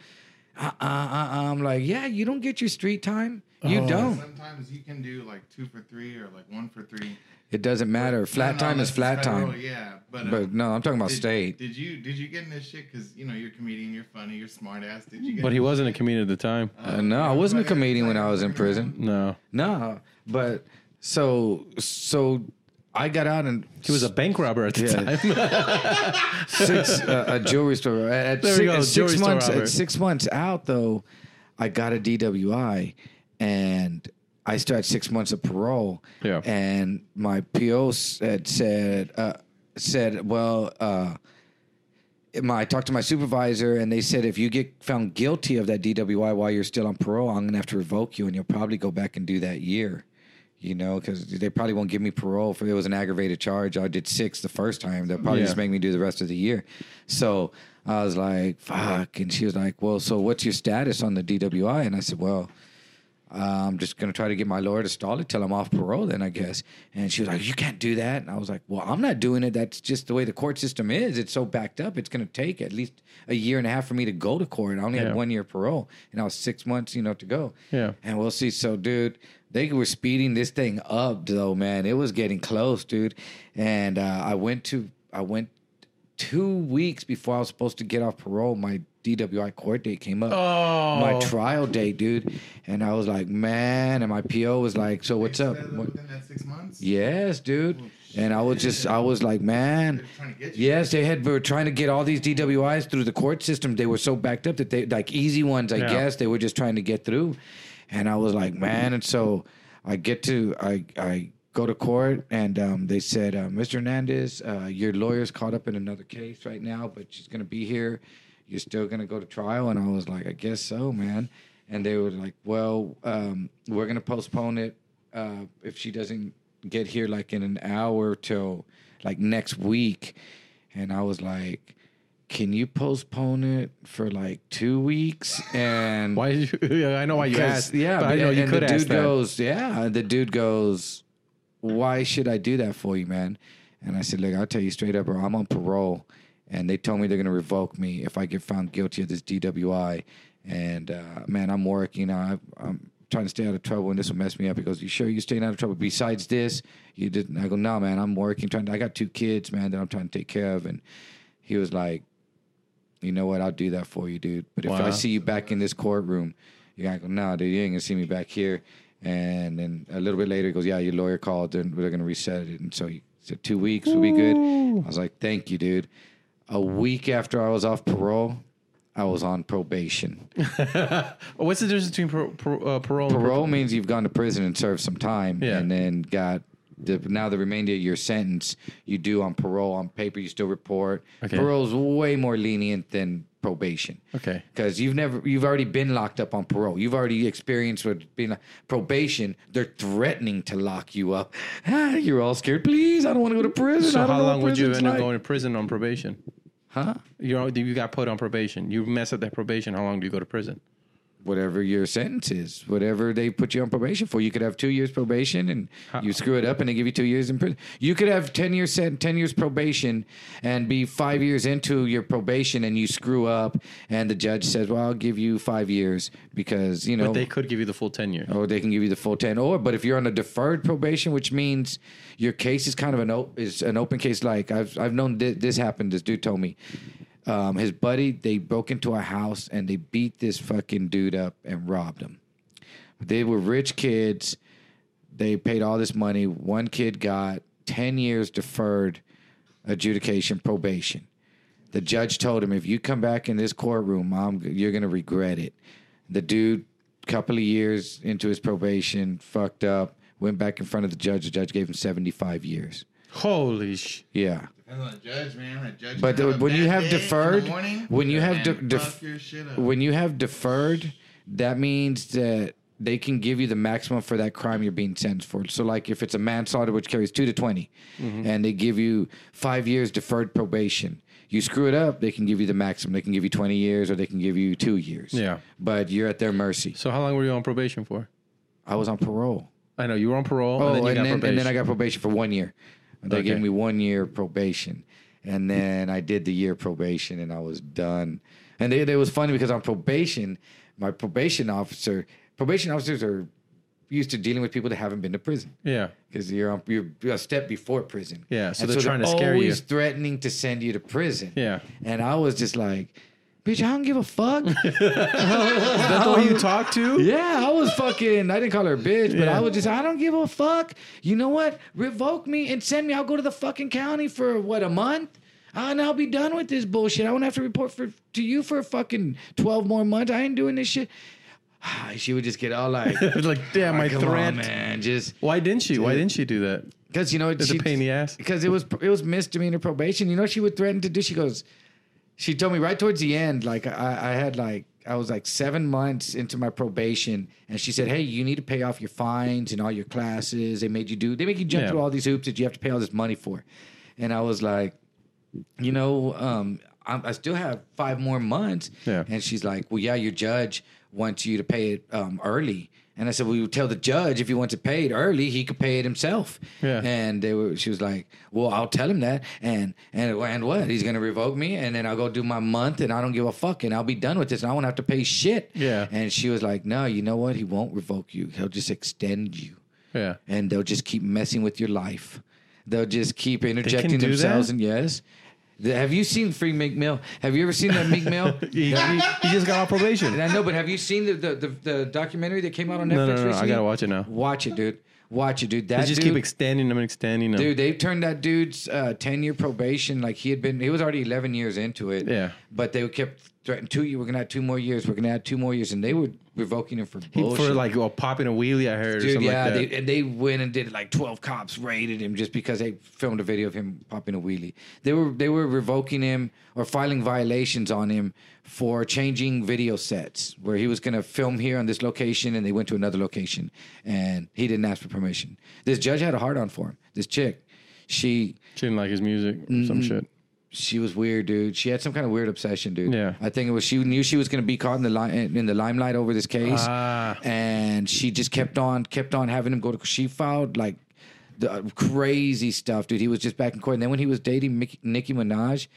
Uh, uh, uh, uh. I'm like, yeah, you don't get your street time. You
Oh.
don't.
Sometimes you can do like two for three or like one for three.
It doesn't matter. Flat
No, no,
time is
that's
flat
federal,
time.
Yeah, but, uh,
But no, I'm talking about
did,
state.
Did you did you get in this shit? Because you know you're a comedian, you're funny, you're smart ass. Did you get?
But he wasn't a comedian at the time.
Uh, no, I wasn't a comedian when I was in prison.
No,
No, but so so I got out and
he was a bank robber at the
Yeah.
time.
six uh, a jewelry store at, at
There we
six,
go,
at
jewelry
six
store
months
robber.
at six months out though, I got a DWI and I started six months of parole.
Yeah.
and my PO said said uh, said well. Uh, my, I talked to my supervisor, and they said if you get found guilty of that DWI while you're still on parole, I'm gonna have to revoke you, and you'll probably go back and do that year. You know, because they probably won't give me parole for it was an aggravated charge. I did six the first time. They'll probably
Yeah.
just make me do the rest of the year. So I was like, "Fuck!" And she was like, "Well, so what's your status on the DWI?" And I said, "Well." Uh, I'm just gonna try to get my lawyer to stall it till I'm off parole, then I guess. And she was like, "You can't do that." And I was like, "Well, I'm not doing it. That's just the way the court system is. It's so backed up. It's gonna take at least a year and a half for me to go to court. I only
Yeah.
had one year parole, and I was six months, you know, to go.
Yeah.
And we'll see. So, dude, they were speeding this thing up, though, man. It was getting close, dude. And uh, I went to I went two weeks before I was supposed to get off parole. My DWI court date came up
Oh,
my trial date, dude. And I was like, man. And my PO was like, so what's
They
up?
said
What-
Within that six months.
Yes, dude. And I was just, I was like, man.
They're trying to get you.
Yes, they had. We were trying to get all these DWIs through the court system. They were so backed up that they like easy ones. I
Yeah.
guess they were just trying to get through. And I was like, man. And so I get to, I, I go to court, and um, they said, uh, Mr. Hernandez, uh, your lawyer's caught up in another case right now, but she's gonna be here. You're still gonna go to trial. And I was like, I guess so, man. And they were like, well, um, we're gonna postpone it uh, if she doesn't get here like in an hour till like next week. And I was like, can you postpone it for like two weeks? And
Why did you? Yeah, I know why you
'Cause,
asked. but I know
and-
you
and
could
the
ask
dude
that.
goes, yeah. The dude goes, why should I do that for you, man? And I said, look, I'll tell you straight up, bro. I'm on parole, and they told me they're gonna revoke me if I get found guilty of this DWI. And uh, man, I'm working. I, I'm trying to stay out of trouble, and this will mess me up. He goes, you sure you're staying out of trouble? Besides this, you didn't. I go, no, man. I'm working. Trying. To, I got two kids, man, that I'm trying to take care of. And he was like, you know what? I'll do that for you, dude. But if
Wow.
I see you back in this courtroom, you're gonna go, nah, dude, you ain't gonna see me back here. And then a little bit later, he goes, yeah, your lawyer called, and we're gonna reset it. And so he said, two weeks will be good. I was like, thank you, dude. A week after I was off parole, I was on probation.
Oh, what's the difference between par- par- uh, parole? and-
Parole means you've gone to prison and served some time,
Yeah.
and then got the, now the remainder of your sentence you do on parole. On paper, you still report.
Okay.
Parole's way more lenient than probation.
Okay.
because you've never you've already been locked up on parole. You've already experienced what being like probation. They're threatening to lock you up. Ah, you're all scared. Please, I don't want to go to prison. I
So
don't
how
know what
long would you
prison's
end up
like."
going to prison on probation?
Huh?
You know, you got put on probation. You mess up that probation. How long do you go to prison?
Whatever your sentence is, whatever they put you on probation for, you could have two years probation, and you screw it up, and they give you two years in prison. You could have ten years sent, ten years probation, and be five years into your probation, and you screw up, and the judge says, "Well, I'll give you five years because you know."
But they could give you the full tenure.
or they can give you the full 10 or but if you're on a deferred probation which means your case is kind of an op- is an open case like i've i've known thi- this happened this dude told me um, his buddy they broke into a house and they beat this fucking dude up and robbed him they were rich kids they paid all this money one kid got 10 years deferred adjudication probation the judge told him, if you come back in this courtroom, I'm, you're going to regret it. The dude, couple of years into his probation, fucked up, went back in front of the judge. The judge gave him 75 years.
Holy sh!
Yeah.
Depends on the judge, man. That judge
But
can
the-
a
when you
bad
have
day in the
deferred-
morning
when you have
and
de- def-
fuck your shit up.
When you have deferred, that means that they can give you the maximum for that crime you're being sentenced for. So, like if it's a manslaughter, which carries two to 20, and they give you five years deferred probation. You screw it up, they can give you the maximum. They can give you 20 years or they can give you two years.
Yeah.
But you're at their mercy.
So how long were you on probation for?
I was on parole.
I know you were on parole,
Oh,
and then you
and
got
then,
probation.
and then I got probation for one year. They
Okay.
gave me one year probation, and then I did the year probation, and I was done. And they, it was funny because on probation, my probation officer, probation officers are used to dealing with people that haven't been to prison
yeah.
because you're on, you're a step before prison.
Yeah, so
And
they're trying to scare you.
Always threatening to send you to prison.
Yeah.
and I was just like, bitch, I don't give a fuck.
That's all you talk to.
Yeah, I was fucking. I didn't call her a bitch, but
Yeah.
I was just. I don't give a fuck. You know what? Revoke me and send me. I'll go to the fucking county for what a month, and I'll be done with this bullshit. I won't have to report for to you for fucking twelve more months. I ain't doing this shit. She would just get all like,
like damn, my
"Come
threat.
on, man, just
Why didn't she? Why didn't she do that?
because you know
It's a pain in the ass.
because it was it was misdemeanor probation. You know, what she would threaten to do. She goes, she told me right towards the end, like I, I had like I was like seven months into my probation, and she said, "Hey, you need to pay off your fines and all your classes. They made you do. They make you jump
Yeah.
through all these hoops that you have to pay all this money for." And I was like, you know, um, I'm, I still have five more months.
Yeah.
And she's like, well, yeah, your judge wants you to pay it um, early. And I said, well, you tell the judge if he wants it paid early, he could pay it himself.
Yeah.
And they were, she was like, well, I'll tell him that. And and and what? He's gonna revoke me, and then I'll go do my month, and I don't give a fuck, and I'll be done with this, and I won't have to pay shit.
Yeah.
And she was like, no, you know what? He won't revoke you. He'll just extend you
Yeah.
and they'll just keep messing with your life. They'll just keep interjecting
do
themselves.
that?
And yes, The- have you seen Free Meek Mill? Have you ever seen that Meek Mill?
He, he- he just got on probation.
And I know, but have you seen the the, the, the documentary that came out on Netflix
No, no, no, no, I
recently?
gotta watch it now.
Watch it, dude. Watch it, dude. That
They just
dude,
keep extending them and extending them.
dude, they turned that dude's uh, ten year probation. Like he had been, he was already eleven years into it.
Yeah.
but they kept threatened two years. We're gonna add two more years. We're gonna add two more years, and they were revoking him for
He,
bullshit.
for like well, popping a wheelie, I heard. or
Dude,
something
yeah,
like that.
They, and they went and did like twelve cops raided him just because they filmed a video of him popping a wheelie. They were they were revoking him or filing violations on him for changing video sets where he was going to film here on this location and they went to another location and he didn't ask for permission. This judge had a hard on for him. This chick, she
she didn't like his music, or
Mm-hmm.
some shit.
she was weird, dude. She had some kind of weird obsession, dude.
Yeah.
I think it was she knew she was going to be caught in the li- in the limelight over this case,
Ah.
and she just kept on kept on having him go to. She filed like the uh, crazy stuff, dude. He was just back in court, and then when he was dating Mickey, Nicki Minaj,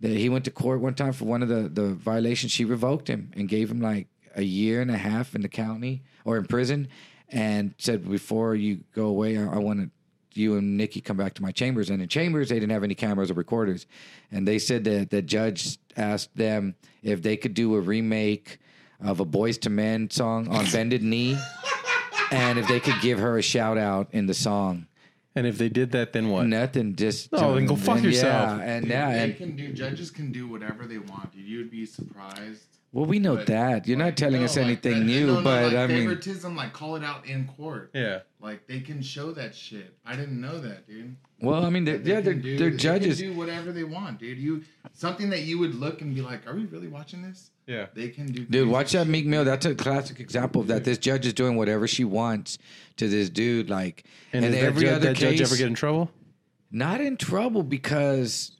that he went to court one time for one of the the violations. She revoked him and gave him like a year and a half in the county or in prison, and said before you go away, I, I want to you and Nikki come back to my chambers. And in chambers, they didn't have any cameras or recorders. And they said that the judge asked them if they could do a remake of a Boys to Men song on Bended Knee and if they could give her a shout out in the song.
And if they did that, then what?
Nothing, just.
No, then go fuck yourself.
Yeah, and
Dude,
yeah.
they
And,
can do. Judges can do whatever they want. Dude, you'd be surprised.
well, we know
But,
that. You're not
like,
telling
no,
us
like,
anything
that-
new,
no, no,
but
like,
I mean.
favoritism, like call it out in court.
Yeah.
Like they can show that shit. I didn't know that, dude.
Well, I mean, they're, yeah,
can
they're,
do-
they're
they can
judges.
do whatever they want, dude. You something that you would look and be like, "Are we really watching this?"
Yeah.
They can do.
Dude, watch that Meek Mill. That's a classic example of that. This judge is doing whatever she wants to this dude. Like,
And,
and,
did
every
that, judge,
other
that
case,
judge ever get in trouble?
not in trouble because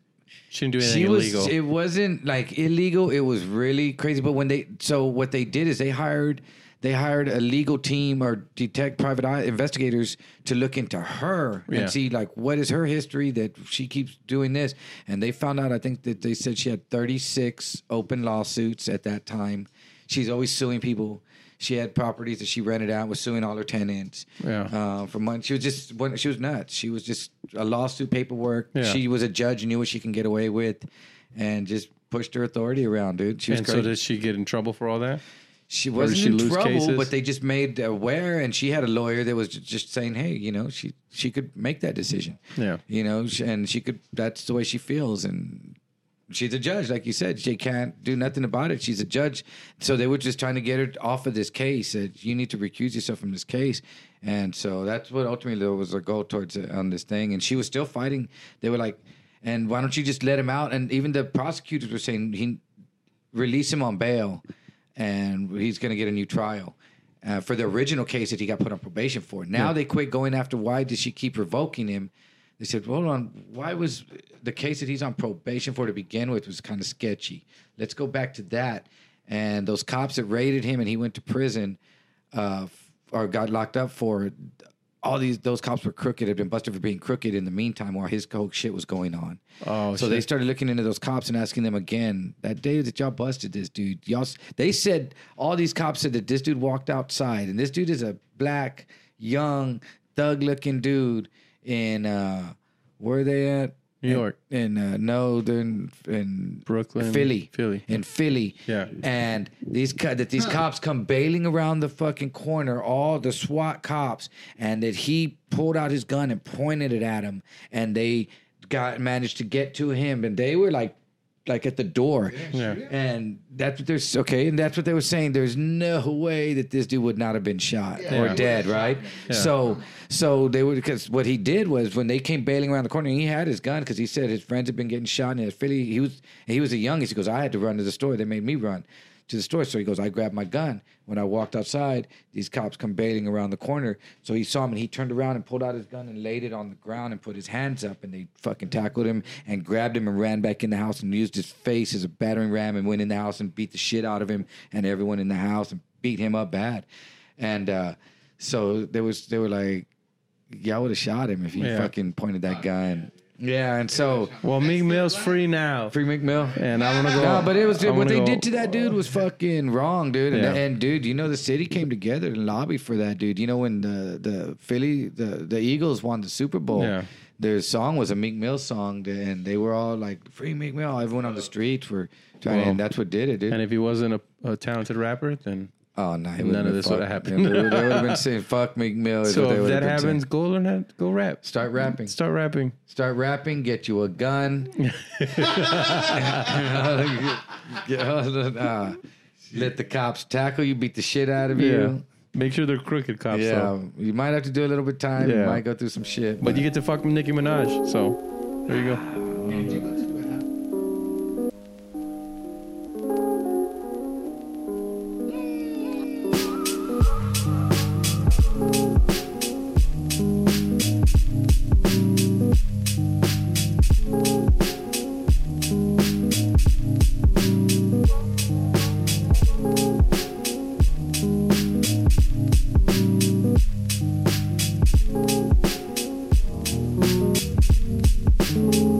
She didn't do anything
she was.
illegal.
It wasn't like illegal. It was really crazy. But when they, so what they did is they hired, they hired a legal team or detect private eye investigators to look into her
Yeah.
and see like what is her history that she keeps doing this. And they found out. I think that they said she had 36 open lawsuits at that time. She's always suing people. She had properties that she rented out, was suing all her tenants
Yeah.
uh, for months. She was just when- she was nuts. She was just a lawsuit paperwork.
Yeah.
She was a judge, knew what she can get away with, and just pushed her authority around, dude. She was
and so
crazy.
did she get in trouble for all that?
she wasn't
she
in
lose
trouble,
cases?
but they just made aware, and she had a lawyer that was ju- just saying, "Hey, you know, she she could make that decision.
Yeah.
you know, sh- and she could. That's the way she feels, and." She's a judge, like you said. She can't do nothing about it. She's a judge, so they were just trying to get her off of this case. That you need to recuse yourself from this case, and so that's what ultimately was the goal towards it on this thing. And she was still fighting. They were like, "And why don't you just let him out?" And even the prosecutors were saying he release him on bail, and he's going to get a new trial uh, for the original case that he got put on probation for. Now they quit going after. Why did she keep revoking him? They said, "Hold on, why was the case that he's on probation for to begin with was kind of sketchy? Let's go back to that." And those cops that raided him and he went to prison, uh, f- or got locked up for. All these those cops were crooked, had been busted for being crooked in the meantime while his whole shit was going on.
Oh,
So they started looking into those cops and asking them again that day that y'all busted this dude. Y'all, s- they said all these cops said that this dude walked outside, and this dude is a black, young, thug-looking dude in uh, where they at?
New York.
In uh, no, they're in, in
Brooklyn,
Philly,
Philly.
in Philly.
Yeah.
And these co- that these cops come bailing around the fucking corner, all the SWAT cops, and that he pulled out his gun and pointed it at him, and they got managed to get to him, and they were like, like at the door. And that's what there's okay, and that's what they were saying. There's no way that this dude would not have been shot or
Yeah.
dead, right? So, so they would because what he did was when they came bailing around the corner, he had his gun because he said his friends had been getting shot in Philly. He was he was the youngest. He goes, I had to run to the store. They made me run to the store. So he goes, I grabbed my gun. When I walked outside, these cops come bailing around the corner. So he saw him and he turned around and pulled out his gun and laid it on the ground and put his hands up and they fucking tackled him and grabbed him and ran back in the house and used his face as a battering ram and went in the house and beat the shit out of him and everyone in the house and beat him up bad. And uh, so they was they were like, y'all would have shot him if he
Yeah.
fucking pointed that gun. Yeah, and so
well, Meek Mill's free now,
free McMill.
and I want to go.
No, but it was
I
what
wanna
they
go-
did to that dude was fucking wrong, dude. And,
Yeah.
and dude, you know the city came together and lobbied for that dude. You know when the the Philly the the Eagles won the Super Bowl,
Yeah.
their song was a Meek Mill song, and they were all like free Meek Mill. Everyone on the streets were trying,
Well,
and that's what did it, dude.
And if he wasn't a, a talented rapper, then
Oh no! it
None
would've
of
been
this would've
fuck.
happened.
They would have been saying "fuck Meek Mill." is what
So
they
if
would've
that
been saying.
happens, go learn how go rap.
start rapping.
Start rapping.
Start rapping. Get you a gun. Uh, let the cops tackle you. Beat the shit out of you.
Make sure they're crooked cops.
Yeah,
though.
you might have to do a little bit of time. You
Yeah.
might go through some shit.
But you get to fuck with Nicki Minaj. So there you go.
Did you go to